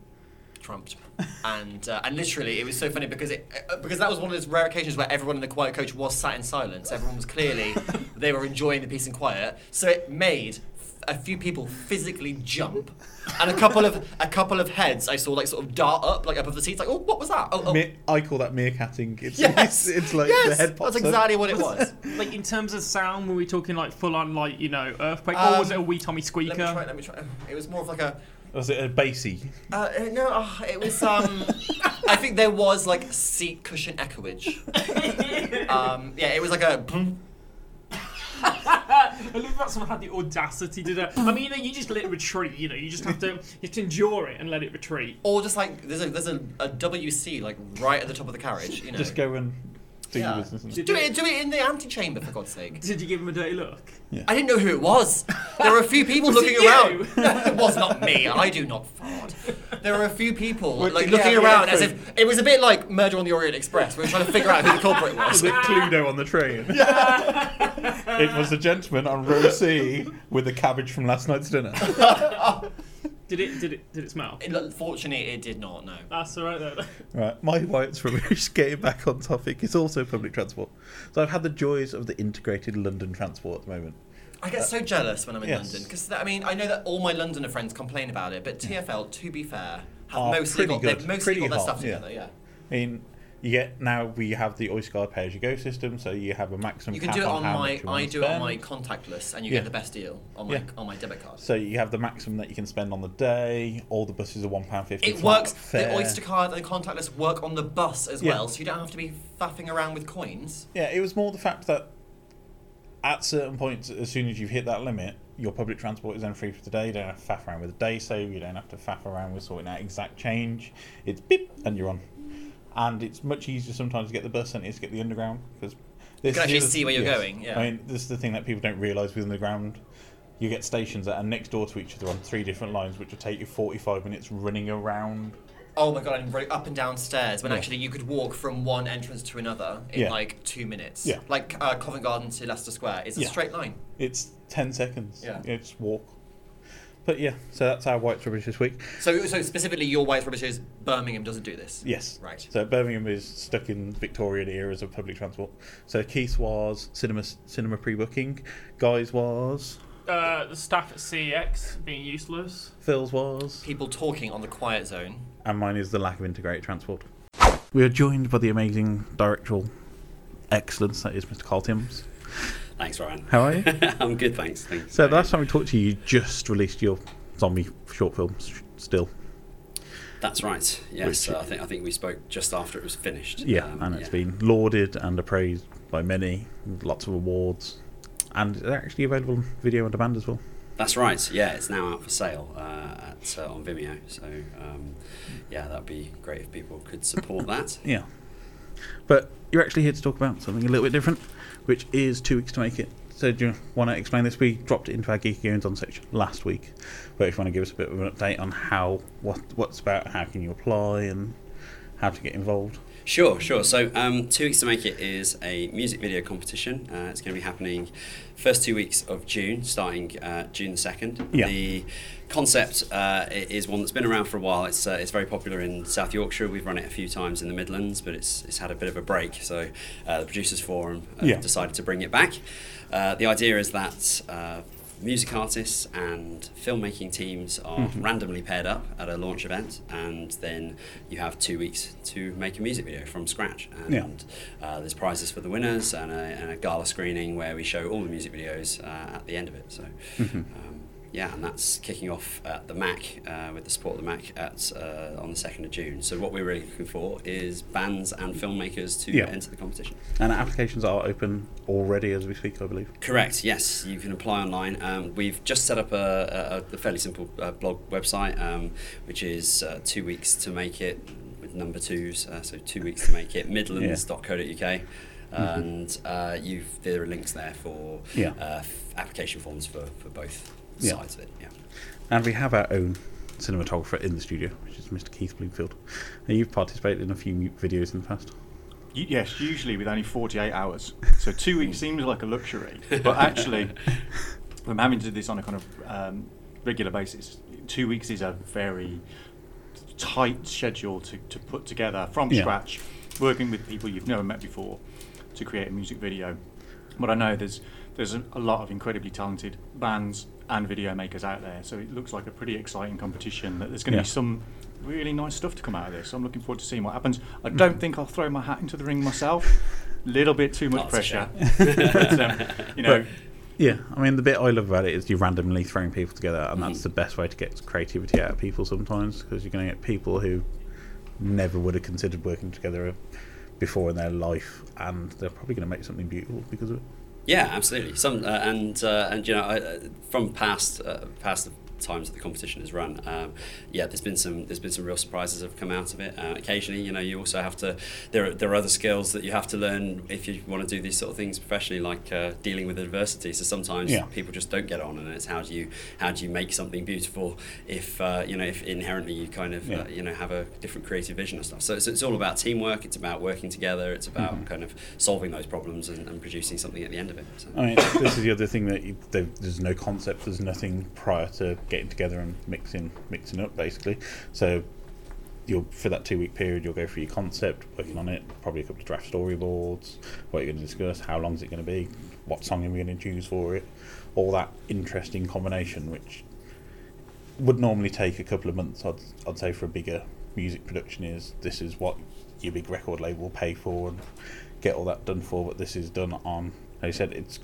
trumped, and uh, and literally it was so funny because it uh, because that was one of those rare occasions where everyone in the quiet coach was sat in silence. Everyone was clearly they were enjoying the peace and quiet, so it made. f- A few people physically jump, and a couple of a couple of heads I saw like sort of dart up like above the seats, like oh what was that? Oh, oh. Me- I call that meerkatting. It's, [laughs] Yes, it's, it's like yes, the head pops That's up. exactly what it was. like in terms of sound, were we talking like full on like you know earthquake, or Um, was it a wee Tommy let me try. squeaker? Let me try. It was more of like a. Was it a bassy? Uh, uh, no, uh, it was. Um, I think there was like seat cushion echoage. um, yeah, it was like a. I love that someone had the audacity to do. that. I mean, you, know, you just let it retreat. You know, you just have to you have to endure it and let it retreat. Or just like there's a there's a, a WC like right at the top of the carriage. You know. Just go and do Yeah. your business. Do it. Do it in the antechamber for God's sake. [laughs] Did you give him a dirty look? I didn't know who it was. There were a few people looking it you? around. No, it was not me. I do not fart. There were a few people like yeah, looking yeah, around as true. if it was a bit like Murder on the Orient Express. We were trying to figure out who the [laughs] culprit was. The Cluedo on the train. [laughs] [laughs] it was the gentleman on row C with the cabbage from last night's dinner. Did it? Did it? Did it smell? Unfortunately, it did not. No. That's all right then. Right, my why it's [laughs] rubbish, getting back on topic, is also public transport. So I've had the joys of the integrated London transport at the moment. I get so jealous when I'm in yes. London because I mean I know that all my Londoner friends complain about it, but TFL, to be fair, have Are mostly pretty got they've good, mostly pretty got their hot, stuff yeah. together. Yeah. I mean, you get now we have the Oyster card pay as you go system, so you have a maximum. You can cap do it on how my much you I wanna do it on spend. my contactless, and you Yeah. get the best deal on my Yeah. on my debit card. So you have the maximum that you can spend on the day. All the buses are one pound fifty. It works. The Oyster card and contactless work on the bus as Yeah. well, so you don't have to be faffing around with coins. Yeah, it was more the fact that at certain points, as soon as you've hit that limit, your public transport is then free for the day. You don't have to faff around with the day save. You don't have to faff around with sorting out exact change. It's beep and you're on. And it's much easier sometimes to get the bus than it is to get the underground because you can actually see where you're going, yeah. I mean, this is the thing that people don't realise with underground. You get stations that are next door to each other on three different lines, which will take you 45 minutes running around. Oh my god! And ro- up and down stairs when Yeah. actually you could walk from one entrance to another in Yeah. like two minutes. Yeah. Like uh, Covent Garden to Leicester Square, it's a Yeah. straight line. It's 10 seconds. Yeah. It's walk. But yeah, so that's our white rubbish this week. So, so specifically, your white rubbish is Birmingham doesn't do this. Yes. Right. So Birmingham is stuck in Victorian eras of public transport. So Keith was cinema cinema pre-booking. Guys was. [laughs] Uh, the staff at CX being useless. Phil's was. People talking on the quiet zone. And mine is the lack of integrated transport. We are joined by the amazing directorial excellence that is Mr. Carl Timms. Thanks, Ryan. How are you? [laughs] I'm good, thanks. thanks. so the last time we talked to you, you just released your zombie short film. s- Still, That's right. Yes, Which- uh, I think I think we spoke just after it was finished. yeah, Um, and it's been lauded and appraised by many, lots of awards, and it's actually available on video on demand as well. That's right. Yeah, it's now out for sale uh, at uh, on Vimeo. So um, yeah, that'd be great if people could [laughs] support that. Yeah. But you're actually here to talk about something a little bit different, which is two weeks to make it. So do you want to explain this? We dropped it into our Geeky Goons on section last week, but if you want to give us a bit of an update on how, what, what's about, how can you apply, and how to get involved. Sure, sure. So, um, Two Weeks to Make It is a music video competition. Uh, it's going to be happening first two weeks of June, starting uh, June the 2nd. Yeah. The concept uh, i- is one that's been around for a while. It's, uh, it's very popular in South Yorkshire. We've run it a few times in the Midlands, but it's, it's had a bit of a break. So, uh, the Producers Forum uh, Yeah. decided to bring it back. Uh, the idea is that. Uh, Music artists and filmmaking teams are Mm-hmm. randomly paired up at a launch event, and then you have two weeks to make a music video from scratch. And Yeah. uh, there's prizes for the winners and a, and a gala screening where we show all the music videos uh, at the end of it. So, um, yeah, and that's kicking off at the Mac uh, with the support of the Mac at uh, on the second of June. So what we're really looking for is bands and filmmakers to Yeah. enter the competition. And applications are open already as we speak, I believe. Correct. Yes, you can apply online. Um, we've just set up a, a, a fairly simple uh, blog website, um, which is uh, two weeks to make it with number twos. Uh, so two weeks to make it Midlands.co.uk, and uh, you've there are links there for Mm-hmm. Yeah. uh, f- application forms for, for both Yeah. sides of it. Yeah. And we have our own cinematographer in the studio, which is Mr. Keith Bloomfield. And you've participated in a few mu- videos in the past. Y- Yes, usually with only 48 hours. So two weeks seems like a luxury, but actually, from having to do this on a kind of um, regular basis, two weeks is a very tight schedule to, to put together from Yeah. scratch, working with people you've never met before to create a music video. But I know there's there's a a lot of incredibly talented bands and video makers out there, so it looks like a pretty exciting competition. That there's going to Yeah. be some really nice stuff to come out of this. I'm looking forward to seeing what happens. I don't think I'll throw my hat into the ring myself. Little bit too much Lots of pressure, [laughs] but, um, you know. Yeah, I mean the bit I love about it is you're randomly throwing people together, and that's the best way to get creativity out of people sometimes because you're going to get people who never would have considered working together before in their life, and they're probably going to make something beautiful because of it. Yeah, absolutely. Some uh, and uh, and you know I, uh, from past uh, past the times that the competition has run, um, yeah, there's been some there's been some real surprises that have come out of it. Uh, occasionally, you know, you also have to there are, there are other skills that you have to learn if you want to do these sort of things professionally, like uh, dealing with adversity. So sometimes Yeah. people just don't get on, and it's how do you how do you make something beautiful if uh, you know if inherently you kind of Yeah. uh, you know have a different creative vision and stuff. So it's, it's all about teamwork. It's about working together. It's about kind of solving those problems and, and producing something at the end of it. So. I mean, this is the other thing that you, there, there's no concept, there's nothing prior to getting together and mixing mixing up basically. So you'll for that two week period you'll go through your concept, working on it, probably a couple of draft storyboards, what you're going to discuss, how long is it going to be, what song are we going to choose for it, all that interesting combination which would normally take a couple of months. I'd I'd say for a bigger music production is this is what your big record label will pay for and get all that done for. But this is done on. They said it's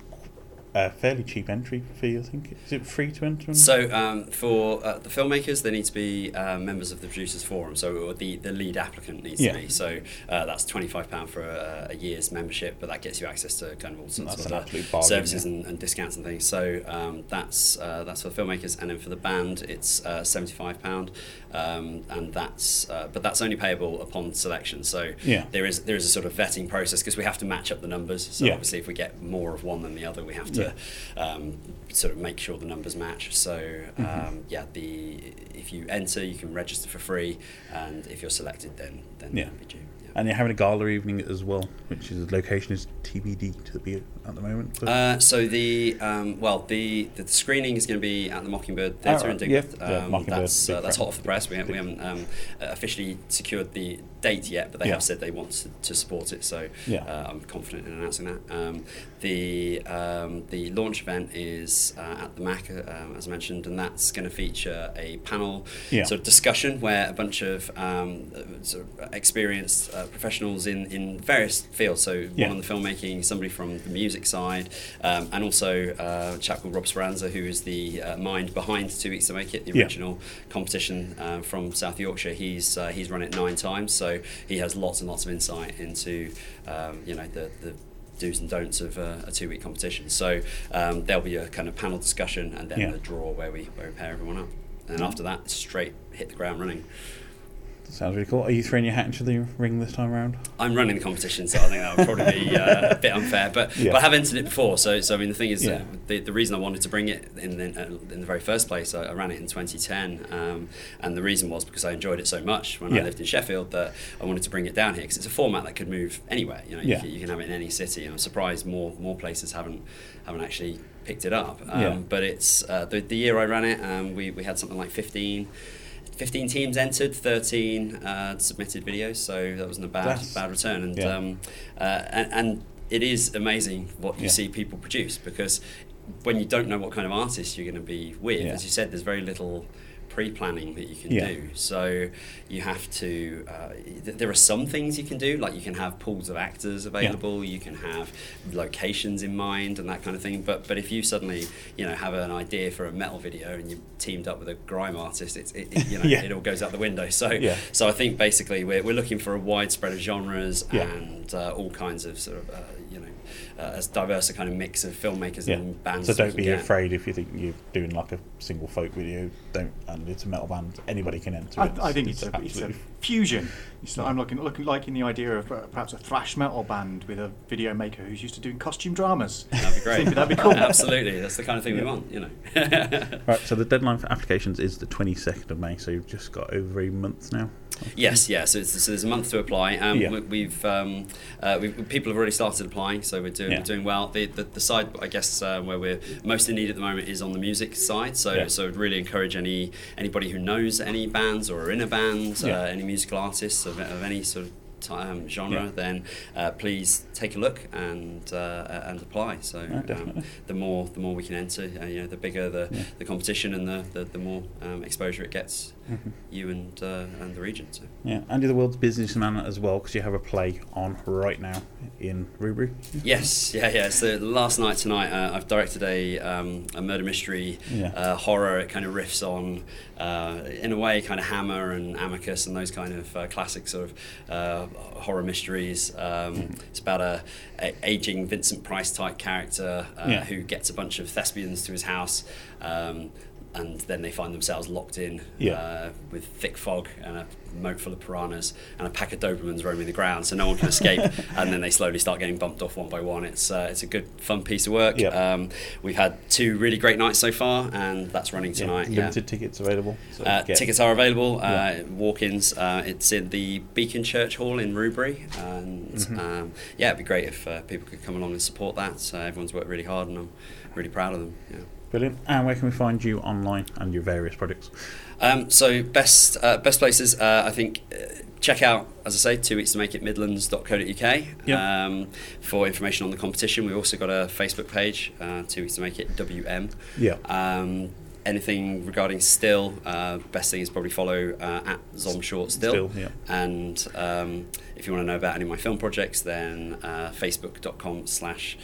a fairly cheap entry fee. I think is it free to enter? and- So um, for uh, the filmmakers, they need to be uh, members of the producers forum. So the the lead applicant needs Yeah. to be. So uh, that's twenty five pound for a, a year's membership, but that gets you access to kind of all sorts That's of an uh, absolute bargain, services yeah. and, and discounts and things. So um, that's uh, that's for the filmmakers, and then for the band, it's uh, seventy five pound, um, and that's uh, but that's only payable upon selection. So Yeah. there is there is a sort of vetting process because we have to match up the numbers. So Yeah. obviously, if we get more of one than the other, we have to um, sort of make sure the numbers match. So um, yeah, the if you enter, you can register for free, and if you're selected, then then Yeah. that'll be due. Yeah. And you're having a gala evening as well, which is location is TBD to be at the moment. but- Uh, so the um, well the, the screening is going to be at the Mockingbird Theatre in Alright, Dignith. yeah, yeah, Um, Mockingbird, that's uh, big that's crowd. hot off the press. We, ha- we haven't um, uh, officially secured the date yet, but they Yeah. have said they want to, to support it. So Yeah. uh, I'm confident in announcing that. Um, the um, the launch event is uh, at the Mac, uh, um, as I mentioned, and that's going to feature a panel Yeah. sort of discussion where a bunch of um, uh, sort of experienced uh, professionals in, in various fields. So Yeah. one on the filmmaking, somebody from the music side, um, and also uh, a chap called Rob Speranza, who is the uh, mind behind Two Weeks to Make It, the Yeah. original competition uh, from South Yorkshire. He's uh, he's run it nine times, so he has lots and lots of insight into um, you know the. the Do's and don'ts of uh, a two-week competition. So um, there'll be a kind of panel discussion and then Yeah. a draw where we where we pair everyone up. And after that, straight hit the ground running. Sounds really cool. Are you throwing your hat into the ring this time around? I'm running the competition, so I think that would probably be uh, a bit unfair. But, Yeah. but I have entered it before, so so I mean the thing is Yeah. that the, the reason I wanted to bring it in the, uh, in the very first place, I, I ran it in 2010, um, and the reason was because I enjoyed it so much when Yeah. I lived in Sheffield that I wanted to bring it down here because it's a format that could move anywhere. You know, Yeah. you, can, you can have it in any city, and I'm surprised more more places haven't haven't actually picked it up. Um, Yeah. But it's uh, the, the year I ran it, um, we we had something like 15. 15 teams entered, 13 uh, submitted videos, so that wasn't a bad That's- bad return. And, Yeah. um, uh, and and it is amazing what you Yeah. see people produce because when you don't know what kind of artist you're going to be with, Yeah. as you said, there's very little pre-planning that you can Yeah. do. So you have to. Uh, th- there are some things you can do, like you can have pools of actors available, you can have locations in mind, and that kind of thing. But but if you suddenly you know have an idea for a metal video and you have teamed up with a grime artist, it's it, it, you [laughs] know Yeah. it all goes out the window. So Yeah. so I think basically we're, we're looking for a wide spread of genres Yeah. and uh, all kinds of sort of uh, you know uh, as diverse a kind of mix of filmmakers Yeah. and bands. So as we don't can be get. afraid if you think you're doing like a single folk video. Don't. And it's a metal band. Anybody can enter. I, I think it's, a, it's a absolutely fusion. It's like- I'm looking, looking liking the idea of uh, perhaps a thrash metal band with a video maker who's used to doing costume dramas. That'd be [laughs] great. Think that'd be cool. [laughs] Absolutely, that's the kind of thing we want. You know. [laughs] Right, so the deadline for applications is the 22nd of May, so you've just got over a month now. Yes, yeah. So, it's, so there's a month to apply. Um, Yeah. we, we've, um, uh, we've people have already started applying, so we're doing Yeah. we're doing well. The, the, the side I guess uh, where we're most in need at the moment is on the music side. So Yeah. so I'd really encourage any anybody who knows any bands or are in a band, Yeah. uh, any musical artists of, of any sort of ti- um, genre, Yeah. then uh, please take a look and uh, and apply. So Oh, definitely. um, the more the more we can enter, uh, you know, the bigger the, Yeah. the competition and the the, the more um, exposure it gets you and uh, and the region. So. Yeah, Andy the World's Businessman as well, because you have a play on right now in Rubru. Yes, yeah, yeah. So last night, tonight, uh, I've directed a, um, a murder mystery Yeah. uh, horror. It kind of riffs on, uh, in a way, kind of Hammer and Amicus and those kind of uh, classic sort of uh, horror mysteries. Um, Hmm. it's about a, a aging Vincent Price type character uh, Yeah. who gets a bunch of thespians to his house. Um, and then they find themselves locked in Yeah. uh, with thick fog and a moat full of piranhas and a pack of Dobermans roaming the ground, so no one [laughs] can escape. and then they slowly start getting bumped off one by one. It's uh, it's a good, fun piece of work. Yeah. Um, we've had two really great nights so far, and that's running tonight. yeah. Limited tickets available. So Uh, get- tickets are available, uh, Yeah. walk-ins. Uh, it's in the Beacon Church Hall in Rubury, and Mm-hmm. um, yeah, it'd be great if uh, people could come along and support that. So everyone's worked really hard, and I'm really proud of them. Yeah. Brilliant. And where can we find you online and your various projects? Um, so best uh, best places, uh, I think. Uh, check out, as I say, two weeks to make it midlands.co.uk Yeah. um, for information on the competition. We've also got a Facebook page, uh, two weeks to make it WM. Yeah. Um, anything regarding still, uh, best thing is probably follow uh, at Zom Short still. Still, yeah. And um, if you want to know about any of my film projects, then uh, facebook.com slash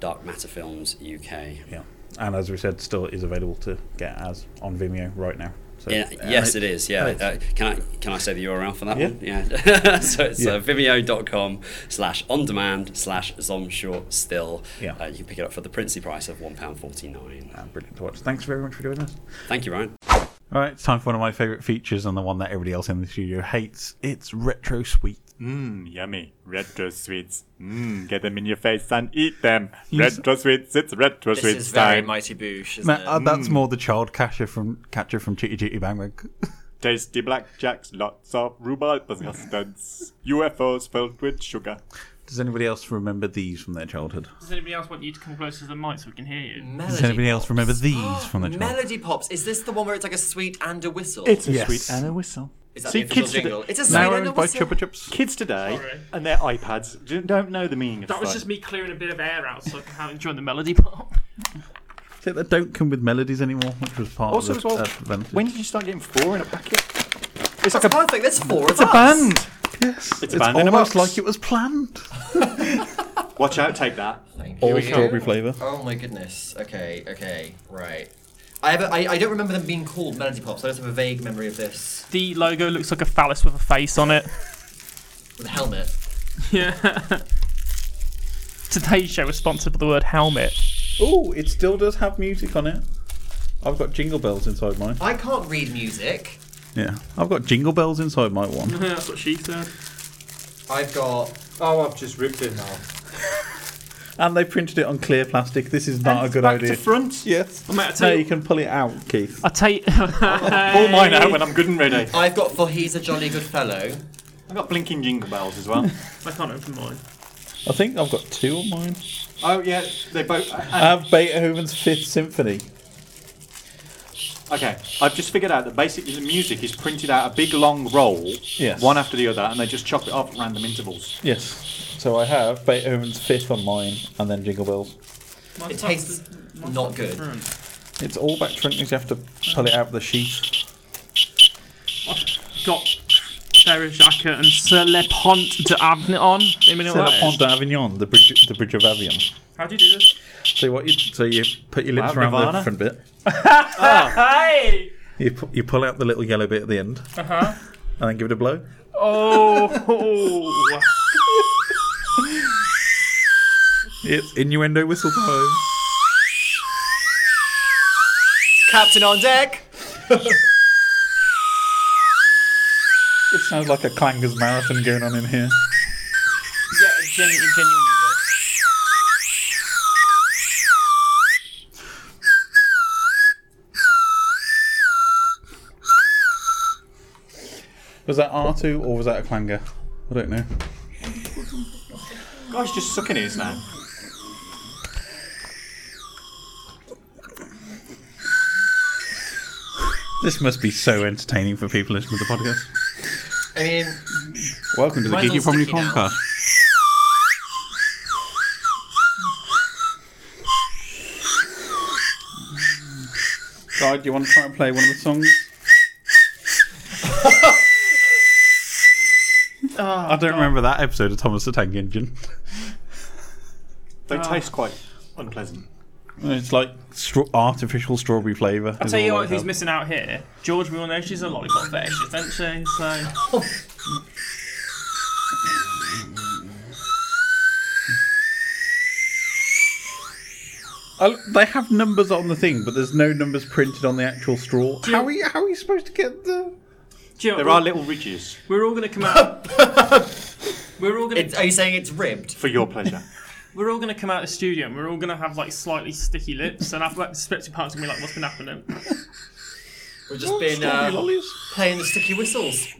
Dark Matter Films UK. Yeah. And as we said, still is available to get as on Vimeo right now. So, Yeah, uh, yes, it is. Yeah. it's- Uh, can I can I say the URL for that Yeah. one? Yeah. [laughs] so it's Yeah. Uh, vimeo.com slash on demand slash zomshort still. Yeah. Uh, you can pick it up for the princely price of £1.49. uh, brilliant to watch. Thanks very much for doing this. Thank you, Ryan. All right, it's time for one of my favourite features and the one that everybody else in the studio hates. It's Retro Sweet. Mmm, yummy. Retro sweets. Mmm, get them in your face and eat them. Retro sweets, it's retro This sweets is very time. mighty boosh, isn't Man, it? uh, that's more the child catcher from catcher from Chitty Chitty Bang Bang. Tasty blackjacks, lots of rhubarb custards. UFOs filled with sugar. Does anybody else remember these from their childhood? Does anybody else want you to come closer to the mic so we can hear you? Melody Does anybody Pops. else remember these from their childhood? Melody Pops. Is this the one where it's like a sweet and a whistle? It's a Yes. sweet and a whistle. is that See, the official kids today- jingle? It's a sweet Now and a owned by whistle. Chupa Chups. Kids today Sorry. and their iPads d- don't know the meaning of That was fun. just me clearing a bit of air out so I can have- enjoy the melody part. [laughs] Except they don't come with melodies anymore, which was part Also, of as the uh, well, advantage. when did you start getting four in a packet? It's like That's a, perfect. That's four it's of a us. band. yes, it's, band in a almost box. like it was planned. Watch out, take that. All strawberry flavour. Oh my goodness. Okay. Okay. Right. I, have a, I, I don't remember them being called Melody Pops. I just have a vague memory of this The logo looks like a phallus with a face [laughs] on it. with a helmet. Yeah. Today's show was sponsored by the word helmet. Oh, it still does have music on it. I've got jingle bells inside mine. I can't read music. Yeah, I've got jingle bells inside my one. [laughs] That's what she said. I've got. Oh, I've just ripped it now. and they printed it on clear plastic. This is not a good Back idea. to front. Yes. I might Now tell you you. can pull it out, Keith. I [laughs] tell you. Pull mine out when I'm good and ready. I've got for he's a jolly good fellow. I've got blinking jingle bells as [laughs] well. I can't open mine. I think I've got two on mine. oh yeah, they both. I have Beethoven's Fifth Symphony. Okay, I've just figured out that basically the music is printed out a big long roll, Yes. one after the other, and they just chop it up at random intervals. Yes. So I have Beethoven's Fifth on mine, and then Jingle Bells. It tastes not good. It's all back front because you have to pull it out of the sheet. Got Sarah Jacques and Sir Le Pont de Avignon. Anyone know So that what that Pont is? d'Avignon, the bridge, the bridge of Avion. How do you do this? So what? You, so you put your lips Wow, around the Nirvana. front bit. Hey! You pu- you pull out the little yellow bit at the end. Uh huh. Uh-huh. And then give it a blow. [laughs] Oh! It's innuendo whistle time. Captain on deck. It sounds like a clangers marathon going on in here. yeah, genuinely, genuinely. Was that R2 or was that a clanger? I don't know. Guy's just sucking his now. This must be so entertaining for people listening to the podcast. I mean, Welcome to the Mine's Geeky all Family sticky now. Podcast. Guy, do you want to try and play one of the songs? Oh, I don't remember that episode of Thomas the Tank Engine. They taste quite unpleasant. It's like stra- artificial strawberry flavour. I'll tell you what, who's missing out here? George, we all know she's a lollipop fetish, isn't she? So. Oh, they have numbers on the thing, but there's no numbers printed on the actual straw. How are you, how are you supposed to get the? Do you know There what, are little ridges We're all gonna come out. [laughs] we're all gonna. it, are you saying it's ribbed? for your pleasure. we're all gonna come out of the studio. and We're all gonna have like slightly sticky lips, and after that, the respective parts gonna be like, "What's been happening?" [laughs] We've Oh, just been strawberry uh, lollies? playing the sticky whistles. So,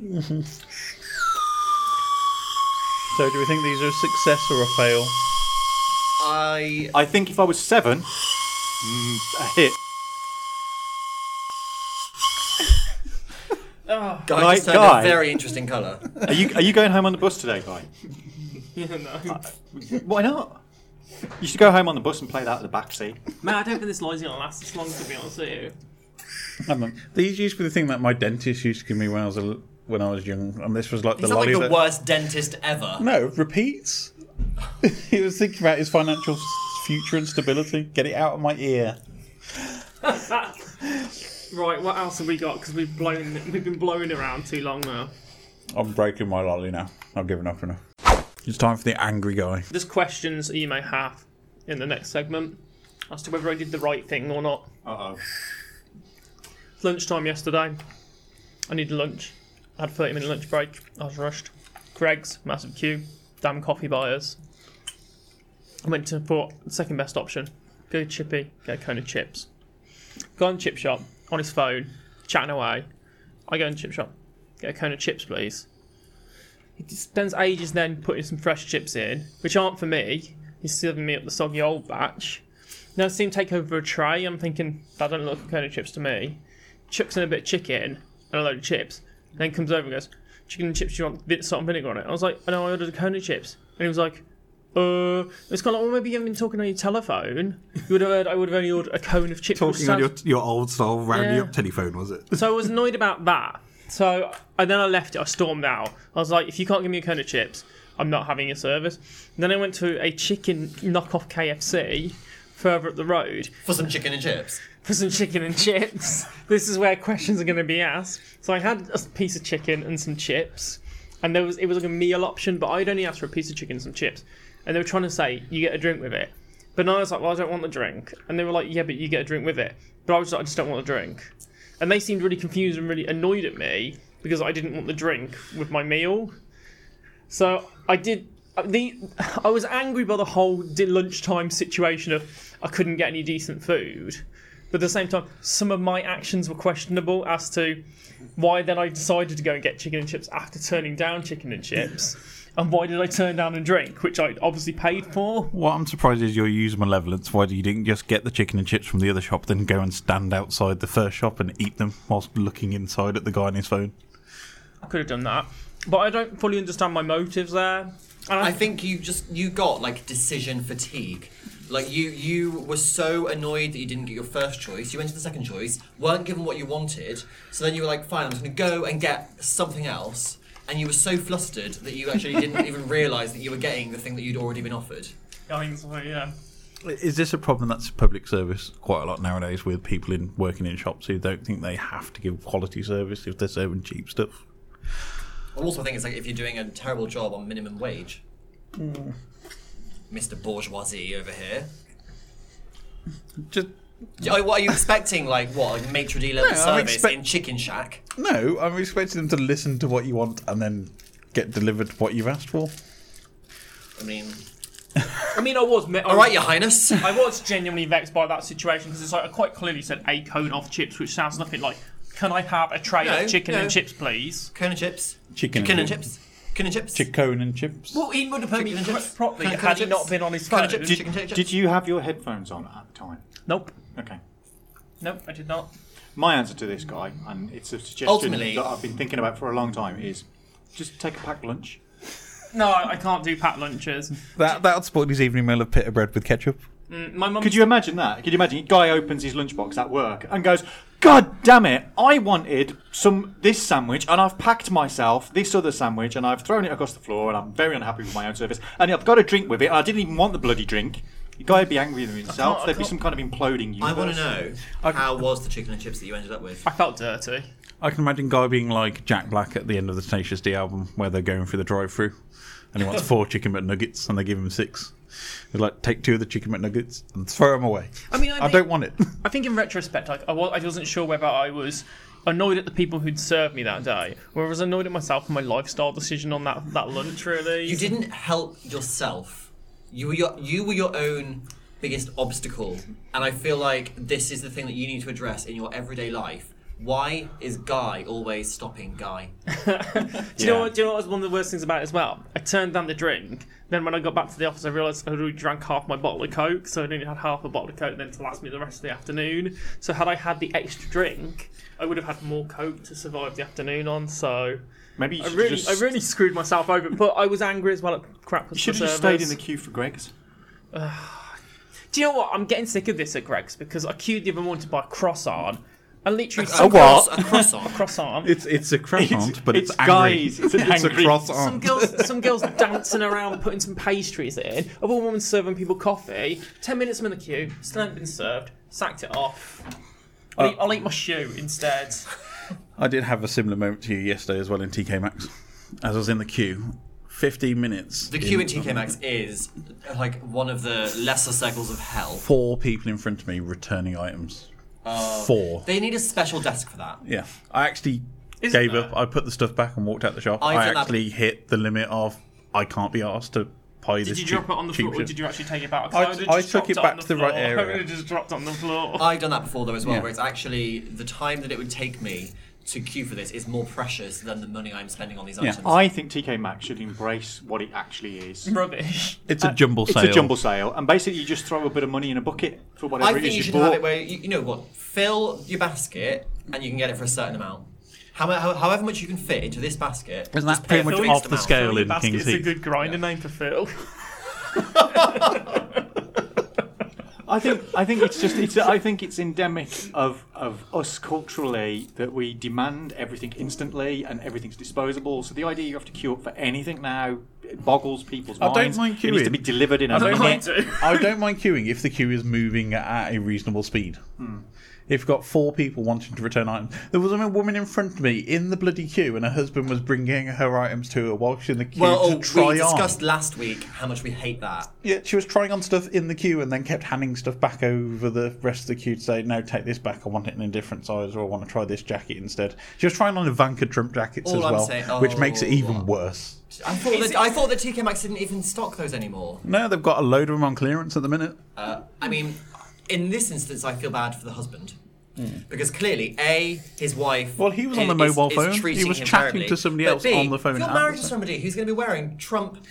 do we think these are a success or a fail? I I think if I was seven, mm, a hit. Guy Like just turned Guy. a very interesting colour. Are you are you going home on the bus today, guy? [laughs] Why not? You should go home on the bus and play that at the back seat. Man, I don't think this line's gonna last this long, to be honest with you. I'm like, these used to be the thing that my dentist used to give me when I was a, l- when I was young, and this was like He's the not lolly like the that- worst dentist ever. No, repeats. [laughs] he was thinking about his financial s- future and stability. Get it out of my ear. [laughs] Right, what else have we got? Because we've blown, we've been blowing around too long now. I'm breaking my lolly now. I've given up enough. It's time for the angry guy. Just questions that you may have in the next segment as to whether I did the right thing or not. Uh oh. It's lunchtime yesterday. I needed lunch. I had a 30 minute lunch break. I was rushed. Greg's, massive queue. Damn coffee buyers. I went to for the second best option. Go chippy, get a cone of chips. Go in the chip shop, on his phone, chatting away. I go in the chip shop, get a cone of chips, please. He just spends ages then putting some fresh chips in, which aren't for me. He's serving me up the soggy old batch. Now I see him take over a tray. I'm thinking, that doesn't look like a cone of chips to me chucks in a bit of chicken and a load of chips, and then comes over and goes, Chicken and chips, do you want vi- salt and vinegar on it? I was like, I know, I ordered a cone of chips. And he was like, Uh, it's kind of like, well, maybe you haven't been talking on your telephone. You would have heard I would have only ordered a cone of chips. which Talking on sounds- your, your old style roundy Yeah. up telephone, was it? so I was annoyed about that. So and then I left it. I stormed out. I was like, if you can't give me a cone of chips, I'm not having your service. then I went to a chicken knockoff KFC further up the road For some chicken and chips. for some chicken and chips. This is where questions are going to be asked. So I had a piece of chicken and some chips, and there was it was like a meal option, but I'd only asked for a piece of chicken and some chips, and they were trying to say you get a drink with it. But then I was like, well, I don't want the drink, and they were like, yeah, but you get a drink with it. But I was like, I just don't want the drink, and they seemed really confused and really annoyed at me because I didn't want the drink with my meal. So I did. uh, The I was angry by the whole di- lunchtime situation of I couldn't get any decent food, but at the same time, some of my actions were questionable as to why then I decided to go and get chicken and chips after turning down chicken and chips, and why did I turn down a drink which I obviously paid for? What I'm surprised is your use malevolence. Why you didn't just get the chicken and chips from the other shop, then go and stand outside the first shop and eat them whilst looking inside at the guy on his phone? I could have done that, but I don't fully understand my motives there. And I think you just you got like decision fatigue. Like you you were so annoyed that you didn't get your first choice. You went to the second choice, weren't given what you wanted, so then you were like, fine, I'm just gonna go and get something else. And you were so flustered that you actually [laughs] didn't even realise that you were getting the thing that you'd already been offered. I mean, so, yeah. Is this a problem that's public service quite a lot nowadays with people in working in shops who don't think they have to give quality service if they're serving cheap stuff? I also think it's like if you're doing a terrible job on minimum wage. Hmm. Mr. Bourgeoisie over here. Just Oh, What are you expecting? Like what? Like maitre d' level No, I'm service expect- in Chicken Shack? no. I'm expecting them to listen to what you want and then get delivered what you've asked for. I mean, I mean, I was. Me- Oh. all right, Your Highness. I was genuinely vexed by that situation because it's like I quite clearly said a cone of chips, which sounds nothing like. Can I have a tray No, of chicken no. and chips, please? Cone and chips. Chicken and Chicken and chips. chips. Chicken and chips. Chicken and chips. Well, he would have heard me Chicken and pro- chips. properly Can I- can I had he chips? not been on his Can I phone. chips? Did, Chicken, chicken, did you have your headphones on at the time? Nope, Okay. nope, I did not. My answer to this guy, and it's a suggestion Ultimately- that I've been thinking about for a long time, is just take a packed lunch. No, I can't do packed lunches. That that'll spoil his evening meal of pita bread with ketchup. My mum. Could you imagine that? Could you imagine? A guy opens his lunchbox at work and goes, God damn it, I wanted some this sandwich and I've packed myself this other sandwich and I've thrown it across the floor and I'm very unhappy with my own service and I've got a drink with it and I didn't even want the bloody drink. The guy would be angry with himself. I There'd be can't- some kind of imploding universe. I want to know how was the chicken and chips that you ended up with? I felt dirty. I can imagine Guy being like Jack Black at the end of the Tenacious D album where they're going through the drive through and he wants [laughs] four chicken McNuggets and they give him six. He's like, take two of the chicken McNuggets and throw them away. I mean, I think- don't want it. I think in retrospect, like, I, wa- I wasn't sure whether I was annoyed at the people who'd served me that day, or I was annoyed at myself for my lifestyle decision on that, that lunch, really. You didn't help yourself. You were your you were your own biggest obstacle, and I feel like this is the thing that you need to address in your everyday life. Why is Guy always stopping Guy? Do you know what? Do you know what was one of the worst things about it as well? I turned down the drink. Then when I got back to the office, I realised I already drank half my bottle of Coke, so I only had half a bottle of Coke then to last me the rest of the afternoon. So had I had the extra drink, I would have had more Coke to survive the afternoon on. So Maybe you I should really, just, I really screwed myself over. But I was angry as well at crap. should have just stayed in the queue for Greg's. Do you know what? I'm getting sick of this at Greg's because I queued the other morning to buy a croissant. and literally A some cross- [laughs] a croissant. croissant. It's it's a croissant, It's- but it's, it's angry. guys, it's an [laughs] angry- a croissant. some girls, some girls dancing around putting some pastries in. A woman serving people coffee. Ten minutes I'm in the queue, still haven't been served. Sacked it off. I'll, eat, I'll eat my shoe instead. I did have a similar moment to you yesterday as well in TK Maxx. As I was in the queue, 15 minutes. The queue in TK Maxx is uh, like one of the lesser circles of hell. Four people in front of me returning items. Four. They need a special desk for that. yeah. I actually Isn't gave there? up. I put the stuff back and walked out the shop. I've I done that- actually hit the limit of I can't be asked to pie this Did you cheap- drop it on the cheap floor or shit. did you actually take it back? 'Cause I- would've I just took dropped it on back to the right floor. [laughs] I area. would have just dropped on the floor. I've done that before though as well, Yeah. where it's actually the time that it would take me to queue for this is more precious than the money I'm spending on these items. I think TK Maxx should embrace what it actually is. Rubbish. It's a jumble It's sale. a jumble sale, and basically you just throw a bit of money in a bucket for whatever I it think is you should bought. have it where you, you know what, fill your basket and you can get it for a certain amount. How, mu- how, however much you can fit into this basket. Isn't just that pay pretty much a fixed off the amount. scale Your in King's basket's a Heath? good grinder name for Phil. I think I think it's just it's I think it's endemic of of us culturally that we demand everything instantly and everything's disposable. So the idea you have to queue up for anything now it boggles people's I don't minds. mind It needs to queuing. be delivered in [laughs] I a don't mind minute. it. I don't mind queuing if the queue is moving at a reasonable speed. Hmm. If you've got four people wanting to return items, there was a woman in front of me in the bloody queue, and her husband was bringing her items to her while she was in the queue Well, to oh, try we on. discussed last week how much we hate that. Yeah, she was trying on stuff in the queue and then kept handing stuff back over the rest of the queue to say, "No, take this back. I want it in a different size, or I want to try this jacket instead." She was trying on Ivanka Trump jackets All as I'm well, saying- which makes it oh. even worse. I thought, that, I thought that TK Maxx didn't even stock those anymore. No, they've got a load of them on clearance at the minute. Uh, I mean, in this instance, I feel bad for the husband. Because clearly, A, his wife. Hmm. Well, he was i- on the is- mobile is phone. He treating was him chatting terribly. to somebody But else B, on the phone If at you're the married to time. somebody who's going to be wearing Trump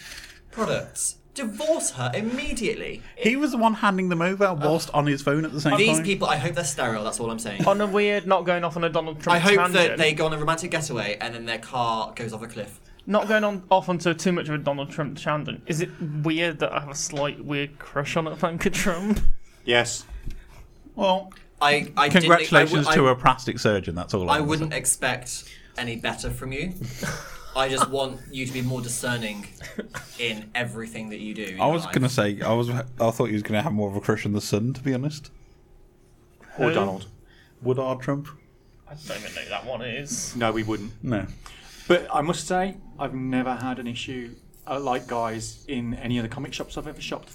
products, divorce her immediately. He was the one handing them over whilst on his phone at the same These time. people, I hope they're sterile, that's all I'm saying. on a weird, not going off on a Donald Trump I hope tangent. that they go on a romantic getaway and then their car goes off a cliff. Not going on off onto too much of a Donald Trump tangent. Is it weird that I have a slight weird crush on Ivanka Trump? Yes. Well, I, I didn't- congratulations I, to would- a plastic surgeon. That's all. I, I wanna wouldn't expect any better from you. I [laughs] just want you to be more discerning in everything that you do. in say. I your was life. gonna say. I was. I thought he was gonna have more of a crush on the sun. To be honest, Or Donald. Woodard Trump. I don't even know who that one is. No, we wouldn't. No. But I must say, I've never had an issue uh, like guys in any of the comic shops I've ever shopped.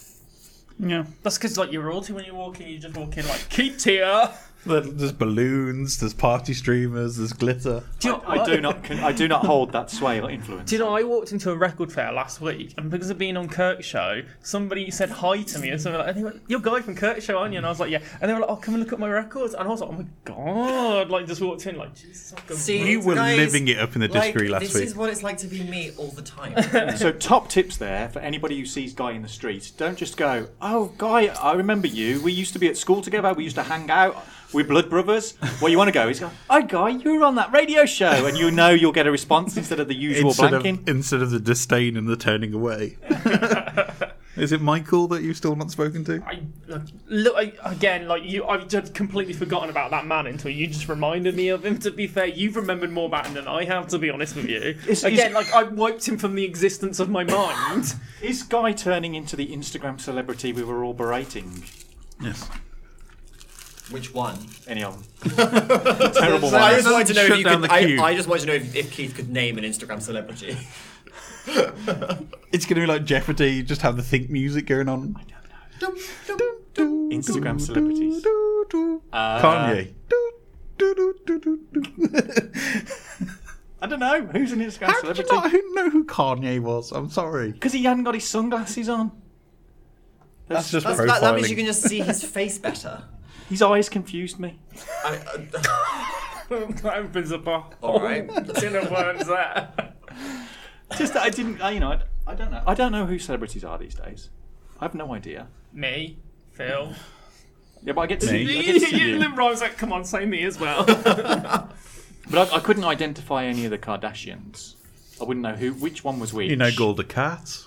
Yeah. That's because like you're royalty when you're walking, you just walk in like keep here. There- There's balloons. There's party streamers. There's glitter. Do you, know, I, I do not. con- I do not hold that sway or influence. Do you know? I walked into a record fair last week, and because of being on Kirk's show, somebody said hi to me or something. Like, and they went, "You're guy from Kirk's show, aren't you?" And I was like, "Yeah." And they were like, "Oh, come and look at my records." And I was like, "Oh my god!" Like just walked in, like Jesus. I've got- See, You were guys, living it up in the like, discovery last this week. is what it's like to be me all the time. [laughs] So top tips there for anybody who sees Guy in the street. Don't just go, "Oh, Guy, I remember you. We used to be at school together. We used to hang out. We're blood brothers." What you want to go is go, "Hi, Guy, you were on that radio show," and you know you'll get a response instead of the usual Instead of, blanking. instead of the disdain and the turning [laughs] away. is it Michael that you've still not spoken to? I look, look I, again, like you, I've just completely forgotten about that man until you just reminded me of him. To be fair, you've remembered more about him than I have. To be honest with you, Is- again, is- like I wiped him from the existence of my mind. [laughs] Is Guy turning into the Instagram celebrity we were all berating? Yes. Which one? Any of [laughs] them? Terrible So I one. just wanted to know if Shut you down could- the I- queue. I, I just wanted to know if, Keith could name an Instagram celebrity. It's gonna be like Jeopardy. You just have the think music going on. Instagram celebrities. Uh, Kanye. I don't know who's an Instagram How did you celebrity not who- know who Kanye was? I'm sorry. because he hadn't got his sunglasses on. That's just That's, profiling. that, [laughs] that means you can just see his face better. His eyes confused me. I, uh, opens a pot. All right. Tin of worms there. Just that I didn't. I, you know, I, I don't know. I don't know who celebrities are these days. I have no idea. Me, Phil. Yeah, but I get to Me. see. I you, get to see you, you. Lynn Rhymes like, come on, say me as well. But I, I couldn't identify any of the Kardashians. I wouldn't know who, which one was which. You know, Golda Cat.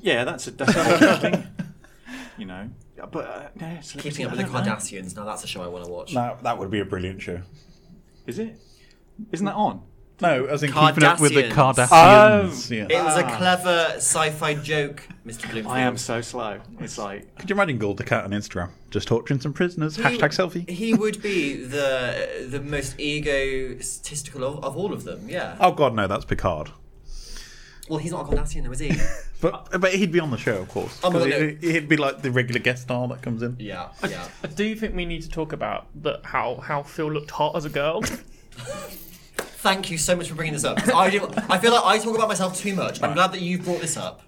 Yeah, that's a that's a thing. [laughs] You know, Yeah, but uh, yeah, celebrities, Keeping up I with the don't know. Kardashians. Now that's a show I want to watch. That, that would be a brilliant show. Is it? Isn't that on? No, as in keeping up with the Kardashians. Kardashians. Oh. yeah. It was a clever sci-fi joke, Mr. Bloomfield. I am so slow. It's like Could you imagine Golda Cat on Instagram? Just torturing some prisoners. Hashtag selfie. He would be the the most egotistical of, of all of them. Yeah. Oh God, no, that's Picard. Well, he's not a Kardashian, though, is he? But but he'd be on the show, of course. Oh, my 'Cause God, he- He'd be like the regular guest star that comes in. yeah. Yeah. I [laughs] do think we need to talk about that how how Phil looked hot as a girl. Thank you so much for bringing this up. 'cause I do. I feel like I talk about myself too much. I'm glad that you brought this up.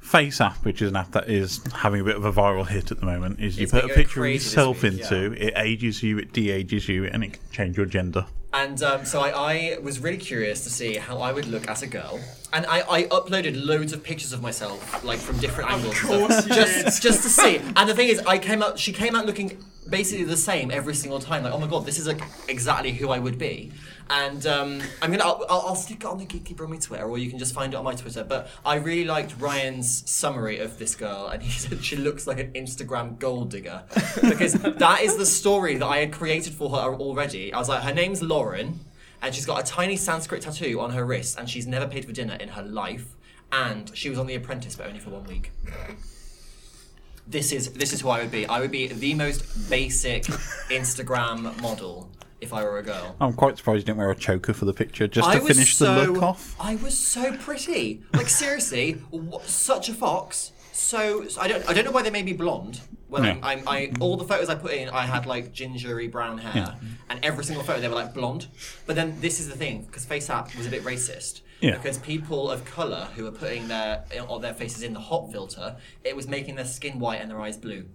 Face app, which is an app that is having a bit of a viral hit at the moment, is you It's put been a going picture of crazy this yourself week, into, it ages you, it de-ages you, and it can change your gender. And um, so I, I was really curious to see how I would look as a girl, and I, I uploaded loads of pictures of myself, like from different angles, and stuff, course you just just to [laughs] see. And the thing is, I came out. She came out looking basically the same every single time. Like, oh my god, this is like exactly who I would be. And um, I'm gonna, I'll, I'll, I'll stick it on the Geeky Brummy Twitter, or you can just find it on my Twitter. But I really liked Ryan's summary of this girl, and he [laughs] said she looks like an Instagram gold digger because that is the story that I had created for her already. I was like, her name's Lauren, and she's got a tiny Sanskrit tattoo on her wrist, and she's never paid for dinner in her life. And she was on The Apprentice, but only for one week this is this is who I would be. I would be the most basic Instagram model if I were a girl. I'm quite surprised you didn't wear a choker for the picture just I to was finish so, the look off. I was so pretty. Like seriously, wh- such a fox. So, so I don't I don't know why they made me blonde. When No. I'm, I'm, I all the photos I put in, I had like gingery brown hair, and every single photo they were like blonde. But then this is the thing because FaceApp was a bit racist. Yeah. Because people of color who were putting their or their faces in the hot filter, it was making their skin white and their eyes blue.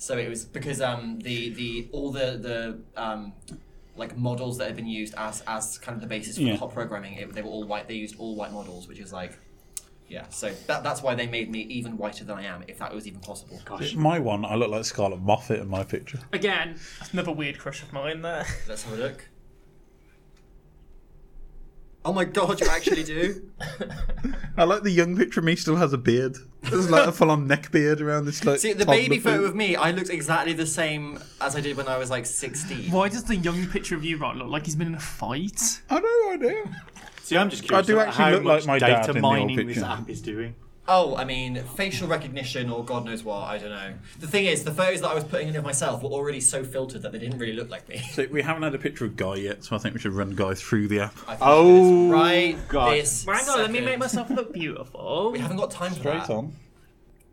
So it was because um, the the all the the um, like models that had been used as as kind of the basis for Yeah. the hot programming, it, they were all white. They used all white models, which is like, yeah. So that, that's why they made me even whiter than I am, if that was even possible. My one, I look like Scarlet Moffat in my picture. [laughs] Again, that's another weird crush of mine there. Let's have a look. Oh my god, you actually do. I like the young picture of me still has a beard. There's like a full-on neck beard around this. Like [laughs] See the toddler baby photo bit. of me, I looked exactly the same as I did when I was like sixteen. Why does the young picture of you right look like he's been in a fight? I know, I do. See, I'm just curious. do about actually how look like much my dad data in the old mining this picture. app is doing. Oh, I mean, facial recognition or God knows what, I don't know. The thing is, the photos that I was putting in of myself were already so filtered that they didn't really look like me. [laughs] So we haven't had a picture of Guy yet, so I think we should run Guy through the app. I think Oh, this right God. this Hang on, let me make second. myself look [laughs] beautiful. We haven't got time for that. on.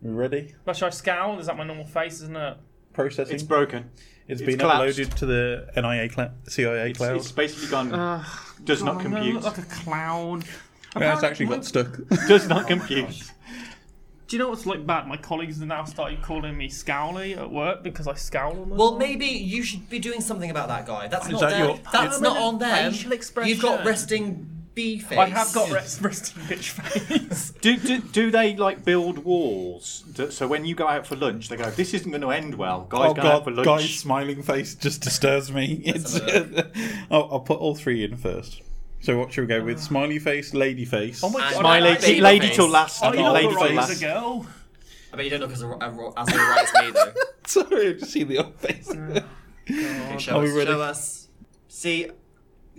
We ready? Well, should I scowl? Is that my normal face, isn't it? Processing. It's broken. it's it's been collapsed. uploaded to the NIA cla- CIA cloud. It's basically gone. does Oh, not I'm gonna compute. Oh, look like a clown. Yeah, it's actually got stuck. Does not compute. Do you know what's like bad? My colleagues have now started calling me Scowly at work because I scowl on them. Well, maybe you should be doing something about that guy. That's not that there. your- That's not on there. Facial expression. You've got resting B face. I have got rest, resting bitch face. [laughs] Do, do, do they like build walls? Do, so when you go out for lunch, they go, "This isn't going to end well." Guys Oh going out for god, lunch. Guy's smiling face just disturbs me. It's, [laughs] I'll, I'll put all three in first. So what should we go with? Smiley face, lady face. Oh And My I- I lady, baby lady face. till last. Are you not lady the till Oh, right as last. a girl? I bet you don't look as a, a- as alright as me [laughs] though. [laughs] Sorry, I just see the old face. Okay, show Are we us. ready? Show us. See,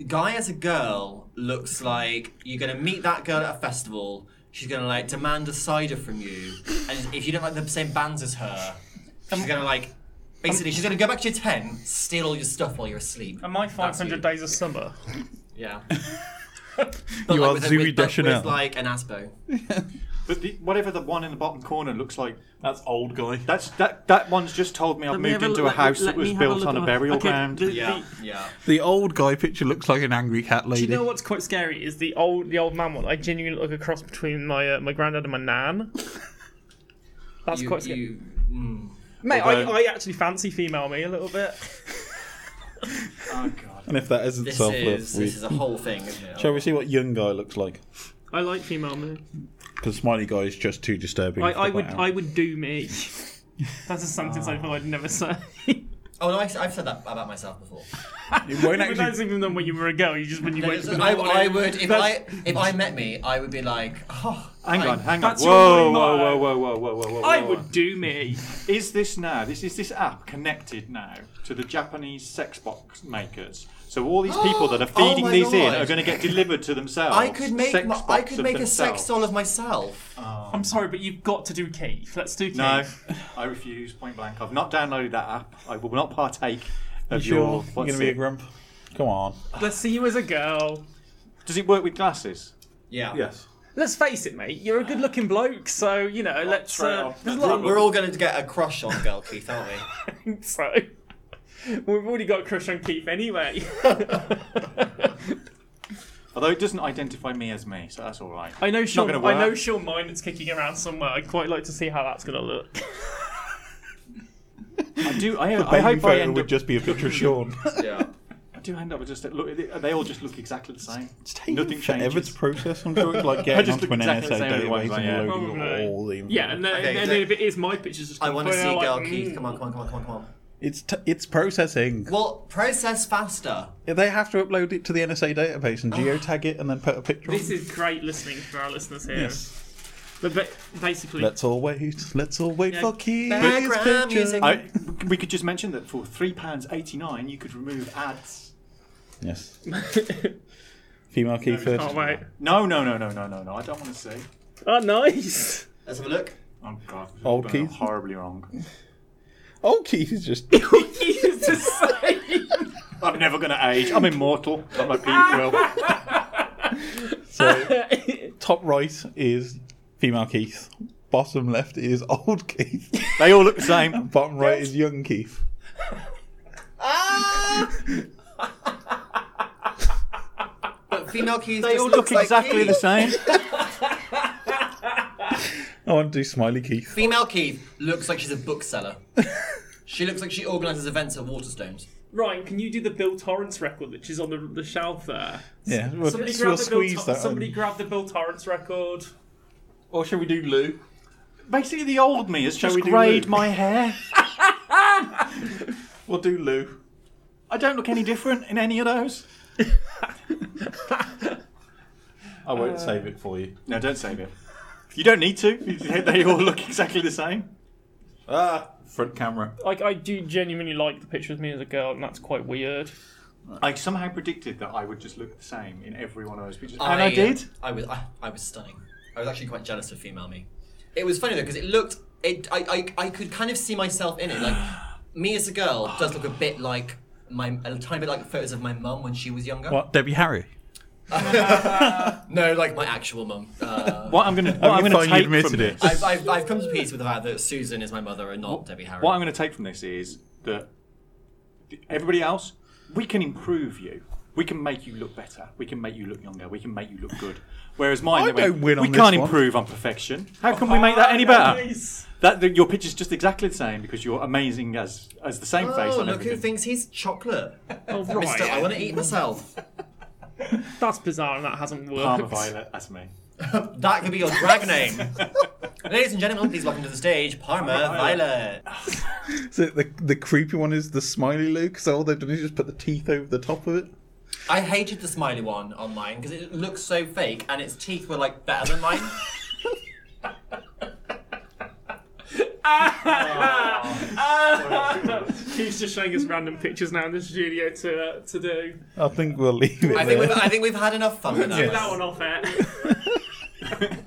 guy as a girl looks like you're gonna meet that girl at a festival. She's gonna like demand a cider from you, and if you don't like the same bands as her, she's gonna like. Basically, she's gonna go back to your tent, steal all your stuff while you're asleep. Am I That's 500 you. days of summer? [laughs] Yeah. You are with, a- Zooey with, but Deschanel. with like an aspo. But the, whatever the one in the bottom corner looks like, That's old guy. that's that. That one's just told me I've moved into a house that was built on a burial ground. Yeah, yeah. [laughs] The old guy picture looks like an angry cat Do lady. you know what's quite scary? Is the old the old man one? I genuinely look across between my uh, my granddad and my nan. That's You, quite scary. you, Mate, Although- I, I actually fancy female me a little bit. Oh god. And if that isn't This self-love, is, we- this is a whole thing, isn't it? Shall we see what young guy looks like? I like female me. Because smiley guy is just too disturbing. I, to I put would out. I would do me. [laughs] That's a sentence I thought I'd never say. Oh no, I, I've said that about myself before. It won't But that's actually. even then when you were a girl. You just when you No, went it's- to the I, morning. I would if That's- I if I met me, I would be like, oh, Hang I- on, hang on. that's your Whoa, morning whoa, whoa, motto. whoa, whoa, whoa, whoa, whoa. I whoa. would do me. Is this now? This is this app connected now to the Japanese sex box makers? So all these people that are [gasps] Oh feeding my these in God. are going to get delivered to themselves. I could make sex my, I box could of make a sex themselves. doll of myself. I'm sorry, but you've got to do Keith. Let's do Keith. No, I refuse. Point blank. I've not downloaded that app. I will not partake You of your. sure you're what's going to be a it? grump? Come on. Let's see you as a girl. Does it work with glasses? Yeah. Yes. Let's face it, mate. You're a good-looking bloke, so you know. let's. straight Uh, off. there's a lot We're, of we're all going to get a crush on girl Keith, aren't we? [laughs] so we've already got a crush on Keith [laughs] anyway. Although it doesn't identify me as me, so that's all right. I know she'll. gonna I work. know she'll mind it's kicking around somewhere. I'd quite like to see how that's gonna look. I [laughs] do. I, I I hope I end would up. just be a [laughs] picture of Sean. yeah. I do end up with just. Look, they all just look exactly the same. Nothing Nothing forever changes. to process. I'm sure it's [laughs] like getting just onto an look exactly NSA the same as database I and am. loading Probably. all the information. Yeah, and then, Okay, and then let- if it is my pictures, just I come want to through, see like, girl mm. Keith. Come on, come on, come on, come on, come on. It's t- it's processing. Well, process faster. They have to upload it to the NSA database and geotag it and then put a picture. This on. is great listening for our listeners here. Yes. But, but basically, Let's all wait. Let's all wait Yeah. for Keith's Background picture. music. I, we could just mention that for three pounds eighty nine, you could remove ads. [laughs] Yes. Female Keith first. can't wait. No, no, no, no, no, no, no. I don't want to see. Oh, nice. Let's have a look. Oh God, we've Old done Keith. it horribly wrong. Oh, Keith is [laughs] just. Keith is the same. I'm never going to age. I'm immortal. I'm like [laughs] Pete Will. so, top right is female Keith. Bottom left is old [laughs] Keith. They all look the same. Bottom right is young Keith. But female Keith. They just all look looks like exactly Keith. the same. I want to Oh, do smiley Keith. Female Keith looks like she's a bookseller. [laughs] she looks like she organises events at Waterstones. Ryan, can you do the Bill Torrance record which is on the, the shelf there? Yeah, we'll, Somebody we'll grab the Bill. squeeze Tor- that. somebody in. grab the Bill Torrance record. Or shall we do Lou? Basically, the old me has Shall just we do greyed Lou? my hair. We'll do Lou. I don't look any different in any of those. I won't save it for you. No, don't save it. You don't need to. They all look exactly the same. Ah, front camera. Like, I do genuinely like the picture of me as a girl, and that's quite weird. I somehow predicted that I would just look the same in every one of those pictures, I, um, and I did. I was I, I was stunning. I was actually quite jealous of female me. It was funny though because it looked it I, I I could kind of see myself in it. [sighs] Like me as a girl does look a bit like my a tiny bit like photos of my mum when she was younger. What, Debbie Harry? No, like my actual mum. [laughs] Uh, What I'm gonna, what I'm you gonna finally take admitted from it. this, I've, I've, I've come to peace with the fact that Susan is my mother and not Debbie Harry. what I'm gonna take from this is that everybody else, we can improve you. We can make you look better. We can make you look younger. We can make you look good. Whereas mine, I they went, don't win on we this can't one." improve on perfection. How can we make that any [laughs] better? That, that your picture's just exactly the same because you're amazing as as the same face Oh, on look who everything. thinks he's chocolate. [laughs] Oh, Mister, I right. want to eat myself. That's bizarre, and that hasn't Palmer worked. Violet, that's me. That could be your drag [laughs] name. Ladies and gentlemen, please welcome to the stage Parma Violet. So the, the creepy one is the smiley Lou, because all they've done is just put the teeth over the top of it. I hated the smiley one on mine because it looks so fake and its teeth were like better [laughs] than mine. [laughs] He's just showing us random pictures now in the studio to uh, to do. I think we'll leave it I think we've, I think we've had enough fun with Do that that. one off eh? [laughs] air.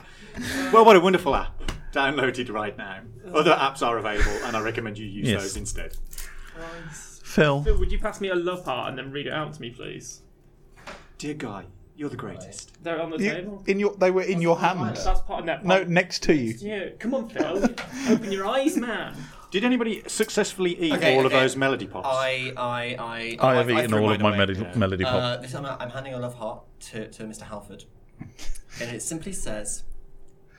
Well, what a wonderful app. Downloaded right now. Other apps are available, and I recommend you use Yes. those instead. [laughs] Phil. Phil, would you pass me a love heart and then read it out to me, please? Dear Guy, you're the greatest. They're on the You, table. in your, they were in your hand. That's part of that. Mm. No, next to you. Yeah, come [laughs] on, Phil. Open your eyes, man. Did anybody successfully eat Okay, all of okay. those melody pops? I, I, I, I have eaten threw all mine of my away. melody, melody pop. Uh, this time I'm handing a love heart to, to Mr. Halford. And it simply says,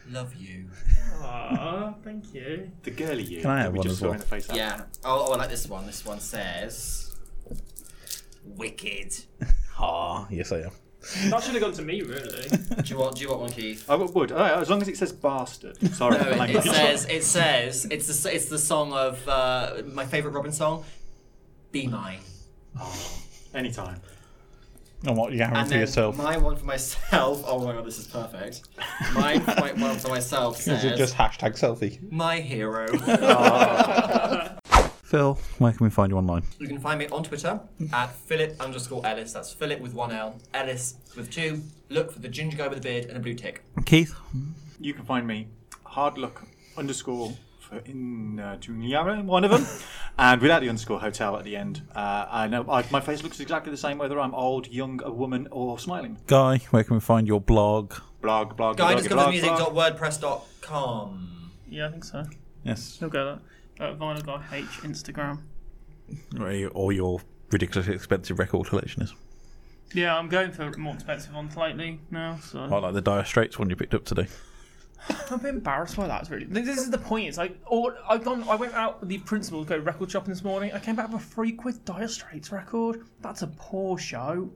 Love you. Aw, thank you. the girly you. Can I that have we one just as saw well? in the face app. Yeah. Oh, oh, I like this one. This one says, Wicked. Ah, yes, I am. That should have gone to me, really. Do you want? Do you want one, [laughs] Keith? I would, would. Uh, as long as it says bastard. Sorry. No, for the it, it language. says it says it's the s- it's the song of uh, my favorite Robin song, "Be Mine." Anytime. And what you And guarantee then yourself? my one for myself. Oh my god, this is perfect. My my one [laughs] for myself Is it says just hashtag selfie? my [laughs] hero. Phil, where can we find you online? you can find me on Twitter at Philip underscore Ellis. That's Philip with one L, Ellis with two. Look for the ginger guy with a beard and a blue tick. Keith. You can find me hard luck underscore for in uh, Juniara, one [laughs] of them, and without the underscore hotel at the end. Uh, I know I, my face looks exactly the same whether I'm old, young, a woman, or smiling. Guy, where can we find your blog? Blog, blog, blog, Guy blog, discovers music blog. dot wordpress dot com. Yeah, I think so. Yes. Still go that. Uh, Vinyl Guy H Instagram. Or your- Or your ridiculously expensive record collection is. Yeah, I'm going for more expensive ones lately now, so Quite like the Dire Straits one you picked up today. I'm a bit embarrassed by that. it's Really, this is the point. It's like, all I've gone. I went out with the principal to go record shopping this morning. I came back with a three quid Dire Straits record. That's a poor show.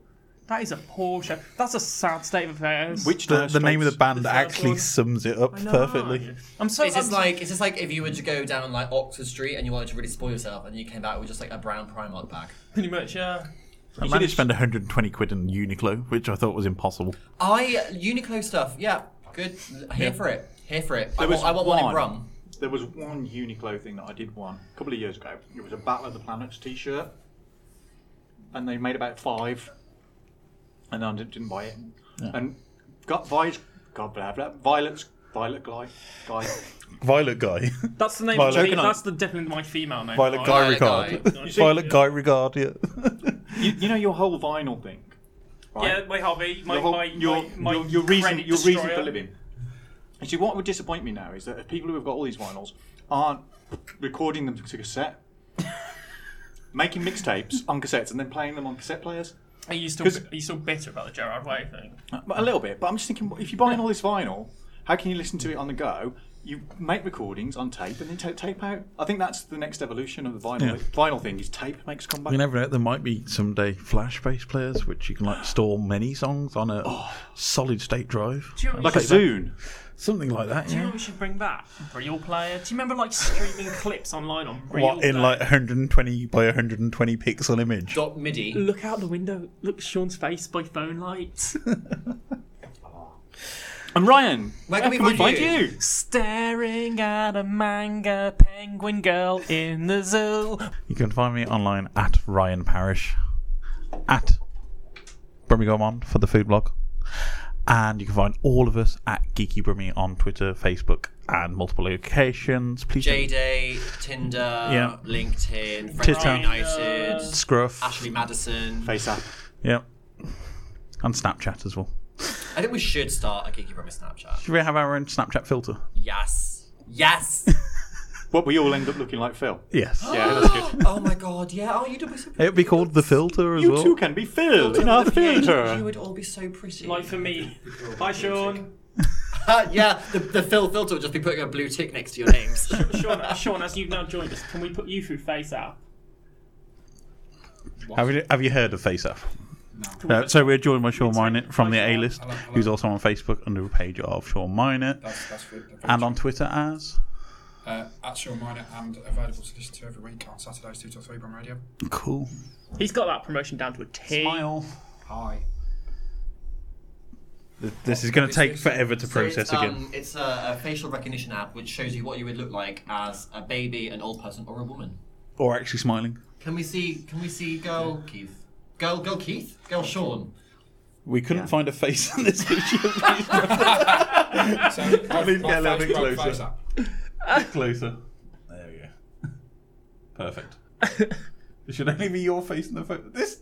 That is a poor show. That's a sad state of affairs. Which The, the name of the band actually one. sums it up No. perfectly. Oh, I'm so. It's just I'm- like it's just like if you were to go down like Oxford Street and you wanted to really spoil yourself, and you came back with just like a brown Primark bag. pretty much. uh, Yeah. I managed to spend 120 quid in Uniqlo, which I thought was impossible. I Uniqlo stuff. Yeah, good. Here for it. Here for it. I There was want, I want one in one. Brum. There was one Uniqlo thing that I did one a couple of years ago. It was a Battle of the Planets T-shirt, and they made about five, and I didn't, didn't buy it. And got Violet, God blah blah, Violet's Violet guy, guy. [laughs] Violet [laughs] Guy. That's the name. Violet- of the, Joking on. that's the definitely my female name. Violet Guy Violet Guy. Regard. You see- Violet Guy Regard, yeah. you, you know your whole vinyl thing, right? [laughs] Yeah, my hobby. My your, whole- my, your, my, my your, your reason, credit your reason for destroyer. living. And see, what would disappoint me now is that if people who have got all these vinyls aren't recording them to [laughs] cassette, making mixtapes on cassettes, and then playing them on cassette players. Are you still 'Cause- are you still bitter about the Gerard Way thing? But a little bit. But I'm just thinking, if you're buying all this vinyl, how can you listen to it on the go? You make recordings on tape and then take tape out. I think that's the next evolution of the vinyl Yeah. vinyl thing. Is tape makes a comeback? You never know, there might be someday flash bass players which you can like store many songs on a solid state drive. Do you know what like a Zune. Something like that, Do you know yeah. what we should bring back? Real player. Do you remember like streaming [laughs] clips online on Real What, in Player? like 120 by 120 pixel image? Dot MIDI. Look out the window. Look at Sean's face by phone lights. [laughs] And Ryan, Where can we can we find find you? you? Staring at a manga penguin girl in the zoo. You can find me online at Ryan Parish, at Brummy Gourmand for the food blog, and you can find all of us at Geeky Brummy on Twitter, Facebook, and multiple locations. Please J Day, Tinder, Yeah. LinkedIn, Friends Titter. United, don't scruff. Ashley Madison. Face up. Yep. And Snapchat as well. I think we should start a Geeky Brummy Snapchat. Should we have our own Snapchat filter? Yes. [laughs] Yes. What we all end up looking like Phil. Yes. Yeah, that's good. [gasps] oh my god. Yeah. Oh, you'd all be so. It would be called the filter as You well. two can be Phil in our You theatre. would all be so pretty. Uh, Like for me. Hi Sean. yeah, the, the Phil filter would just be putting a blue tick next to [laughs] your names. Sean, Sean, as you've now joined us, can we put you through face app? Have you, have you heard of Face Off? Uh, so we're joined by Sean Minor from the A List, who's also on Facebook under the page of Sean Minor, That's, that's for the and on Twitter as uh, at Sean Minor and available to listen to every week on Saturdays two to three on radio. Cool He's got that promotion down to a T. Smile. Hi. This is going to take forever to So process it's, um, again. It's a, a facial recognition app which shows you what you would look like as a baby, an old person, or a woman. Or actually smiling. Can we see? Can we see? Girl Keith. Girl, girl Keith. Girl Sean. We couldn't find a face on this picture. So I need to get a little bit closer. Up. Closer. There we go. [laughs] Perfect. it should only be your face in the photo. This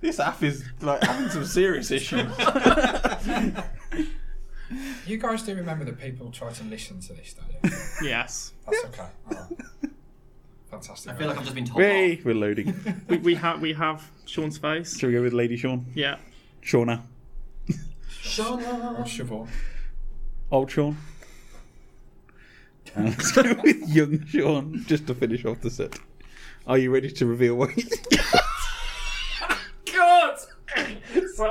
this app is like having some serious issues. [laughs] You guys do remember that people try to listen to this, don't you? Yes. That's okay. All right. Fantastic. I feel like I've just been told. [laughs] Hey, off. we're loading. We, we have we have Sean's face. Should we go with Lady Sean? Yeah. Shauna. Or Siobhan. Old Sean. And [laughs] let's go with young Sean just to finish off the set. Are you ready to reveal what you [coughs] [laughs]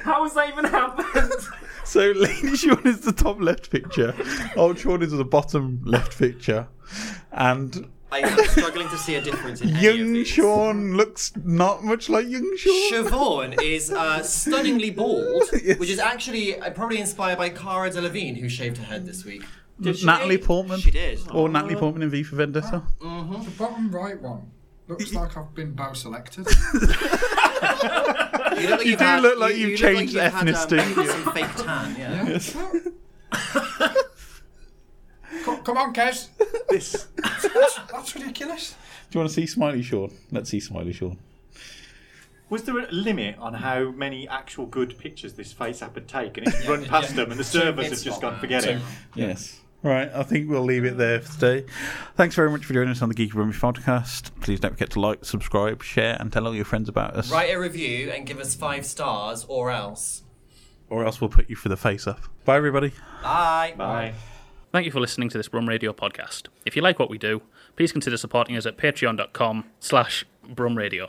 How has that even happened? [laughs] [laughs] So, Lady Sean is the top left picture. Old Sean is the bottom left picture. And I am struggling to see a difference in any of young these. Sean looks not much like young Sean. Siobhan is uh, stunningly bald, [laughs] which is actually uh, probably inspired by Cara Delevingne, who shaved her head this week. Natalie Portman. Oh. She did. Or Natalie Portman in V for Vendetta. Oh, The bottom right one looks like I've been bow selected. You, look like You you've do had- look like you've you changed look like you've had, ethnicity. um, some fake tan, yeah. Yes. come, come on, Kez. This. That's, that's ridiculous. Do you want to see Smiley Sean? Let's see Smiley Sean. Was there a limit on how many actual good pictures this face app had taken? It's run past them, and the servers have just gone, forget it. Yes. Right, I think we'll leave it there for today. Thanks very much for joining us on the Geeky Rummy podcast. Please don't forget to like, subscribe, share, and tell all your friends about us. Write a review and give us five stars, or else. Or else we'll put you for the face up. Bye, everybody. Bye. Bye. Thank you for listening to this Brum Radio podcast. If you like what we do, please consider supporting us at patreon.com slash brumradio.